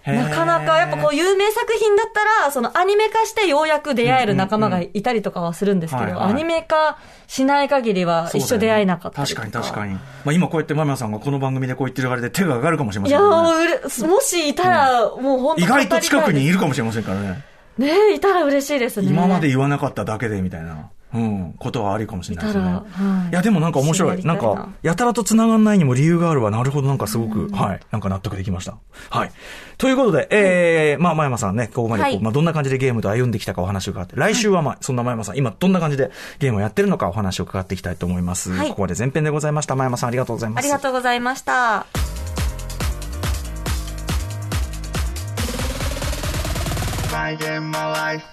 Speaker 1: へー
Speaker 5: なかなか、やっぱこう、有名作品だったら、そのアニメ化してようやく出会える仲間がいたりとかはするんですけ
Speaker 1: はい
Speaker 5: ど、
Speaker 1: はい
Speaker 5: アニメ化しない限りは
Speaker 1: そう
Speaker 5: 一
Speaker 1: だよね
Speaker 5: 緒出会えなかったり
Speaker 1: 確
Speaker 5: と
Speaker 1: かに確かに。まあ今こうやってマミヤさんがこの番組でこう言ってるあれで手が上がるかもしれま
Speaker 5: い
Speaker 1: せん
Speaker 5: や
Speaker 1: けどね
Speaker 5: ー、うれもしいたら、もう本当
Speaker 1: 意外と近くにい
Speaker 5: る。
Speaker 1: るかもしれませんからね。
Speaker 5: ねいたら嬉しいですね。
Speaker 1: 今まで言わなかっただけでみたいな、うん、ことはありかもしれないですね。
Speaker 5: いたらはい
Speaker 1: や、でもなんか面白
Speaker 5: 知
Speaker 1: い。
Speaker 5: りた
Speaker 1: ないん
Speaker 5: な
Speaker 1: か、やたらと繋がんないにも理由があるわ。なるほど、なんかすごく、はい、なんか納得できました。はい。ということで、えー、まあ、前山さんね、ここまでこう、
Speaker 5: はい
Speaker 1: まあ、どんな感じでゲームと歩んできたかお話を伺って、来週はまあ、そんな前山さん、今どんな感じでゲームをやってるのかお話を伺っていきたいと思います。
Speaker 5: はい
Speaker 1: ここまで前編でございました。前山さん、ありがとうございま
Speaker 5: あ
Speaker 1: す。
Speaker 5: りがとうございました。
Speaker 3: my game, my life.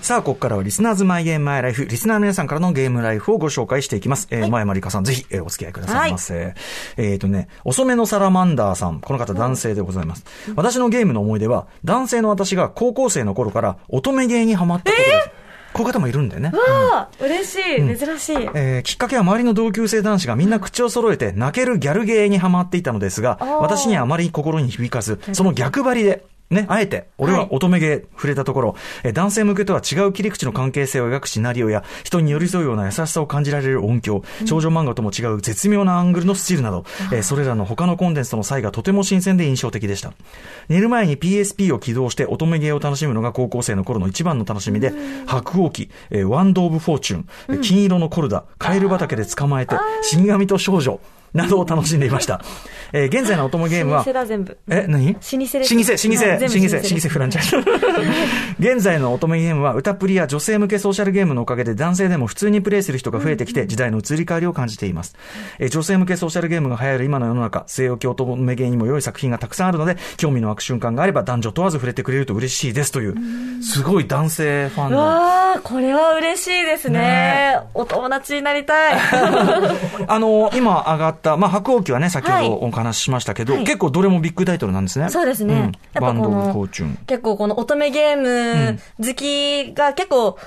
Speaker 1: さあ、ここからはリスナーズマイゲームマイライフ、リスナーの皆さんからのゲームライフをご紹介していきます。えー、前まりかさん、ぜひ、えーお付き合いくださいませ。えっ、とね、遅めのサラマンダーさん、この方男性でございます。私のゲームの思い出は、男性の私が高校生の頃から乙女芸にハマったことです。こういう方もいるんだよね。
Speaker 5: あー嬉しい、珍しい。
Speaker 1: えーきっかけは周りの同級生男子がみんな口を揃えて泣けるギャルゲーにハマっていたのですが、
Speaker 5: ー
Speaker 1: 私にはあまり心に響かず、その逆張りで、ね、あえて、俺は乙女芸触れたところ、えー男性向けとは違う切り口の関係性を描くシナリオや、人に寄り添うような優しさを感じられる音響、少女漫画とも違う絶妙なアングルのスチールなど、えーそれらの他のコンテンツとの差異がとても新鮮で印象的でした。寝る前に PSP を起動して乙女芸を楽しむのが高校生の頃の一番の楽しみで、白鸚記、えーワンド・オブ・フォーチュン、えー金色のコルダ、カエル畑で捕まえて、死神と少女、などを楽しんでいました。えー現在の乙女ゲーム
Speaker 5: 老
Speaker 1: は
Speaker 5: 舗、だ、全部。
Speaker 1: え、何老舗、
Speaker 5: 老舗で
Speaker 1: 老舗、
Speaker 5: す
Speaker 1: 老舗、
Speaker 5: はい全部老
Speaker 1: 老
Speaker 5: 舗です
Speaker 1: 舗フランチャイズ。 現在の乙女ゲームは、歌プリや女性向けソーシャルゲームのおかげで男性でも普通にプレイする人が増えてきて、時代の移り変わりを感じています。えー女性向けソーシャルゲームが流行る今の世の中、西洋系乙女ゲーにも良い作品がたくさんあるので、興味の湧く瞬間があれば男女問わず触れてくれると嬉しいですという、すごい男性ファン
Speaker 5: う
Speaker 1: の。
Speaker 5: わー、これは嬉しいですね。
Speaker 1: ね
Speaker 5: お友達になりたい。
Speaker 1: あの、今上がった、まあ、白鸚記はね、先ほどお話ししましたけど、
Speaker 5: はい
Speaker 1: 結構どれもビッグタイトルなんですね。
Speaker 5: そうですね
Speaker 1: ん
Speaker 5: やっぱ
Speaker 1: バンド・オ
Speaker 5: こ
Speaker 1: ブ・
Speaker 5: の
Speaker 1: フォーチュン。
Speaker 5: 結構この乙女ゲーム好きが結構、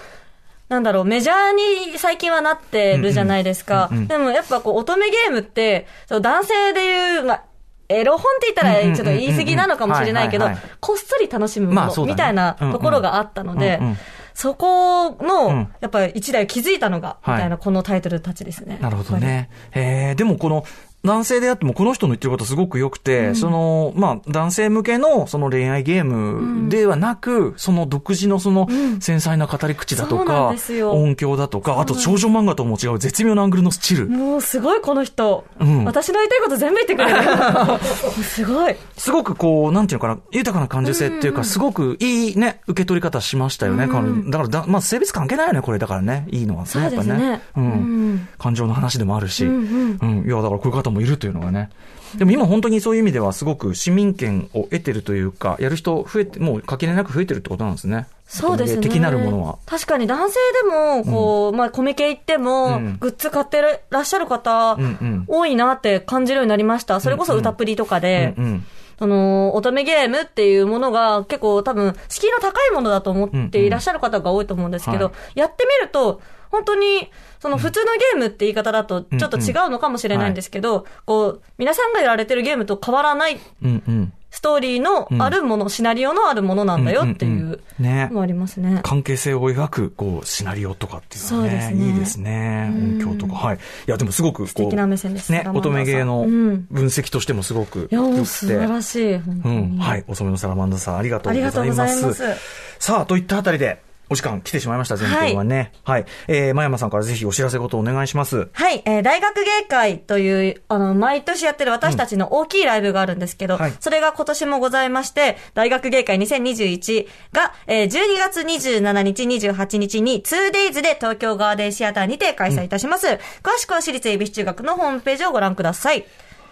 Speaker 5: なんだろう、メジャーに最近はなってるじゃないですか。でもやっぱこう、乙女ゲームって、その男性でいう、まあ、エロ本って言った
Speaker 1: うんうんうん
Speaker 5: ら
Speaker 1: うん
Speaker 5: ちょっと言い過ぎなのかもしれないけど
Speaker 1: はいはいはい、
Speaker 5: こっそり楽しむも
Speaker 1: まあそう
Speaker 5: の
Speaker 1: だね
Speaker 5: みたいなところがあったの
Speaker 1: うんう
Speaker 5: で
Speaker 1: んうんうん、
Speaker 5: そこ
Speaker 1: う
Speaker 5: の
Speaker 1: ん、
Speaker 5: やっぱり一台気づいたのが、み
Speaker 1: はい
Speaker 5: たいなこのタイトルたちですね。
Speaker 1: なるほどね。えー、でもこの、男性であってもこの人の言ってることすごく良くて、その、まあ、男性向けのその恋愛ゲームではなく、その独自のその繊細な語り口だと
Speaker 5: そうな
Speaker 1: か
Speaker 5: んです、よ
Speaker 1: 音響だとか、あと少女漫画とも違う絶妙なアングルのスチル。
Speaker 5: もうすごいこの人、
Speaker 1: ん
Speaker 5: 私の言いたいこと全部言ってくれる。すごい。
Speaker 1: すごくこう、なんていうのかな、豊かな感受性っていうか、すごくいいね、受け取り方しましたよね。彼女だからだ、まあ、性別関係ないよね、これ。だからね、いいのはね、
Speaker 5: そうですね
Speaker 1: やっぱね。う
Speaker 5: うんん。
Speaker 1: 感情の話でもあるし。
Speaker 5: うん
Speaker 1: うん。いや、だからこういう方もいるというのがね。でも今本当にそういう意味では、すごく市民権を得てるというか、やる人増えて、もう垣根なく増えてるってことなんですね。
Speaker 5: そうですね。
Speaker 1: 的なるものは。
Speaker 5: 確かに男性でも、こう、まあ、コミケ行っても、
Speaker 1: うん
Speaker 5: グッズ買ってらっしゃる方、
Speaker 1: うんうん
Speaker 5: 多いなって感じるようになりました。それこそ歌プリとかで、
Speaker 1: うんうん。
Speaker 5: その、乙女ゲームっていうものが結構多分、敷居の高いものだと思っていらっしゃる方が多いと思うんですけど、
Speaker 1: うんうん
Speaker 5: やってみると、本当に、その普通のゲームって言い方だとちょっと違うのかもしれないんですけど、こう、皆さんがやられてるゲームと変わらない
Speaker 1: うんうん。
Speaker 5: ストーリーのあるもの、シナリオのあるものなんだよってい
Speaker 1: んん
Speaker 5: うん
Speaker 1: ね
Speaker 5: の。もありますね。
Speaker 1: 関係性を描く、こう、シナリオとかっていうのは
Speaker 5: そうです
Speaker 1: ね、
Speaker 5: ね
Speaker 1: いいですね。音響とか。はい。いや、でもすごく、こう、素
Speaker 5: 敵な目線です
Speaker 1: ね、
Speaker 5: ラマン
Speaker 1: 乙
Speaker 5: ダーさん
Speaker 1: 女芸の
Speaker 5: うん
Speaker 1: 分析としてもすごく
Speaker 5: いや、
Speaker 1: 良
Speaker 5: もう
Speaker 1: く
Speaker 5: 素
Speaker 1: て。
Speaker 5: 晴らしい。本当
Speaker 1: う
Speaker 5: に
Speaker 1: ん。はい。遅めのサラマンダーさん、ありがとうございます。
Speaker 5: ありがとうございます
Speaker 1: さあ、といったあたりで、お時間来てしまいました、前編はね。はい。えー、真山さんからぜひお知らせごとお願いします。
Speaker 5: はい、えー大学芸会という、あの、毎年やってる私たちの大きいライブがあるんですけど、
Speaker 1: はい
Speaker 5: それが今年もございまして、大学芸会2021が、えー12月27日、28日に 2days で東京ガーデンシアターにて開催いたします。詳しくは私立恵比寿中学のホームページをご覧ください。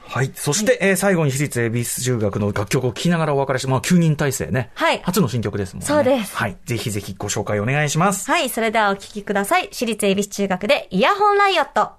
Speaker 1: はい。そして、えー最後に私立恵比寿中学の楽曲を聴きながらお別れして、まあ、9人体制ね。
Speaker 5: はい
Speaker 1: 初の新曲ですもんね。
Speaker 5: そうです
Speaker 1: はい。ぜひぜひご紹介お願いします。
Speaker 5: はい、それではお聴きください。私立恵比寿中学でイヤホンライオット。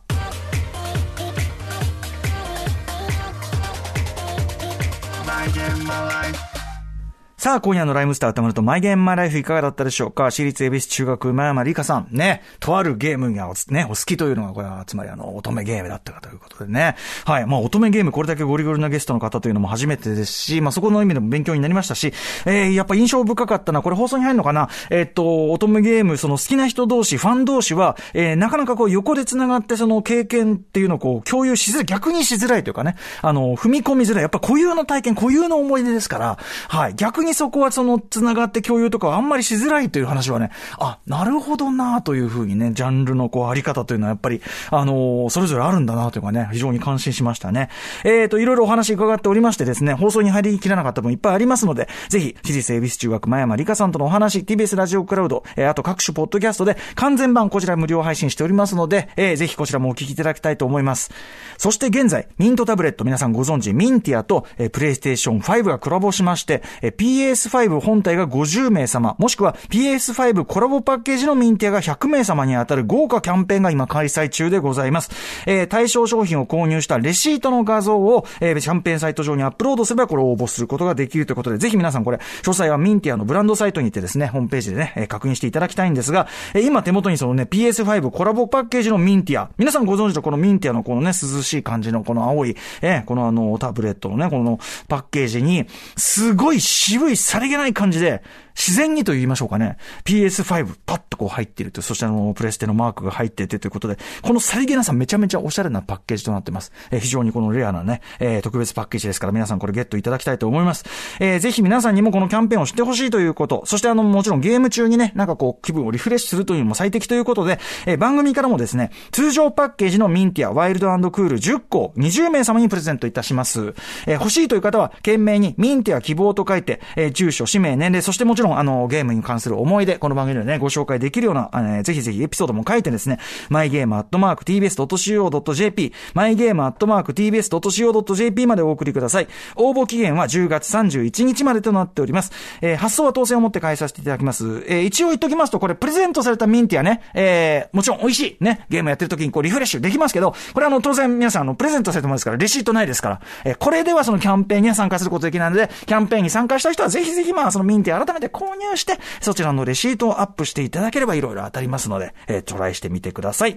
Speaker 1: さあ、今夜のライムスター歌丸とマイゲームマイライフいかがだったでしょうか私立恵比寿中学、真山理香さん、ね、とあるゲームがおつ、ね、お好きというのが、これは、つまりあの、乙女ゲームだったかということでね。はい。まあ、乙女ゲーム、これだけゴリゴリなゲストの方というのも初めてですし、まあ、そこの意味でも勉強になりましたし、えー、やっぱ印象深かったのは、これ放送に入るのかなえっと、乙女ゲーム、その好きな人同士、ファン同士は、えー、なかなかこう、横で繋がって、その経験っていうのをこう、共有しづらい、逆にしづらいというかね、あの、踏み込みづらい。やっぱ固有の体験、固有の思い出ですから、はい。逆にそこはその、繋がって共有とかはあんまりしづらいという話はね、あ、なるほどなというふうにね、ジャンルのこう、あり方というのはやっぱり、あのーそれぞれあるんだなというかね、非常に感心しましたね。えーと、いろいろお話伺っておりましてですね、放送に入りきらなかった分いっぱいありますので、ぜひ、私立恵比寿中学前山理香さんとのお話、TBS ラジオクラウド、えーあと各種ポッドキャストで完全版こちら無料配信しておりますので、えーぜひこちらもお聞きいただきたいと思います。そして現在、ミントタブレット、皆さんご存知、ミンティアと、えー、プレイステーション5がコラボしまして、えー PS5 本体が50名様、もしくは PS5 コラボパッケージのミンティアが100名様に当たる豪華キャンペーンが今開催中でございます。えー対象商品を購入したレシートの画像を、えーキャンペーンサイト上にアップロードすれば、これを応募することができるということで、ぜひ皆さんこれ、詳細はミンティアのブランドサイトにてですね、ホームページでね、えー確認していただきたいんですが、えー今手元にそのね、PS5 コラボパッケージのミンティア、皆さんご存知のこのミンティアのこのね、涼しい感じのこの青い、えーこのあの、タブレットのね、このパッケージに、すごい渋い、さりげない感じで、自然にと言いましょうかね、PS5 パッとこう入っていると、そしてあの、プレステのマークが入っていてということで、このさりげなさめちゃめちゃおしゃれなパッケージとなってます。えー非常にこのレアなね、えー特別パッケージですから皆さんこれゲットいただきたいと思います。えーぜひ皆さんにもこのキャンペーンを知ってほしいということ、そしてあの、もちろんゲーム中にね、なんかこう、気分をリフレッシュするというのも最適ということで、えー番組からもですね、通常パッケージのミンティア、ワイルドクール10個を20名様にプレゼントいたします。えー欲しいという方は、懸命にミンティア希望と書いて、えー住所、氏名、年齢、そしてもちろん、あの、ゲームに関する思い出、この番組でね、ご紹介できるような、えーぜひぜひエピソードも書いてですね、mygame.tbs.co.jp、mygame.tbs.co.jp までお送りください。応募期限は10月31日までとなっております。えー発送は当選をもって返させていただきます。えー一応言っときますと、これプレゼントされたミンティアね、えーもちろん美味しいね、ゲームやってる時にこうリフレッシュできますけど、これあの、当然皆さんあの、プレゼントされてもらうんですから、レシートないですから、えーこれではそのキャンペーンには参加することできないので、キャンペーンに参加した人はぜひぜひまあ、そのミンティア改めて購入して、そちらのレシートをアップしていただければいろいろ当たりますので、えートライしてみてください。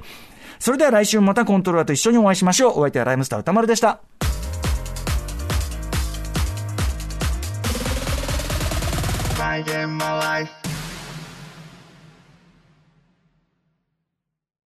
Speaker 1: それでは来週もまたコントローラーと一緒にお会いしましょう。お相手はライムスター歌丸でした。
Speaker 3: my game, my life.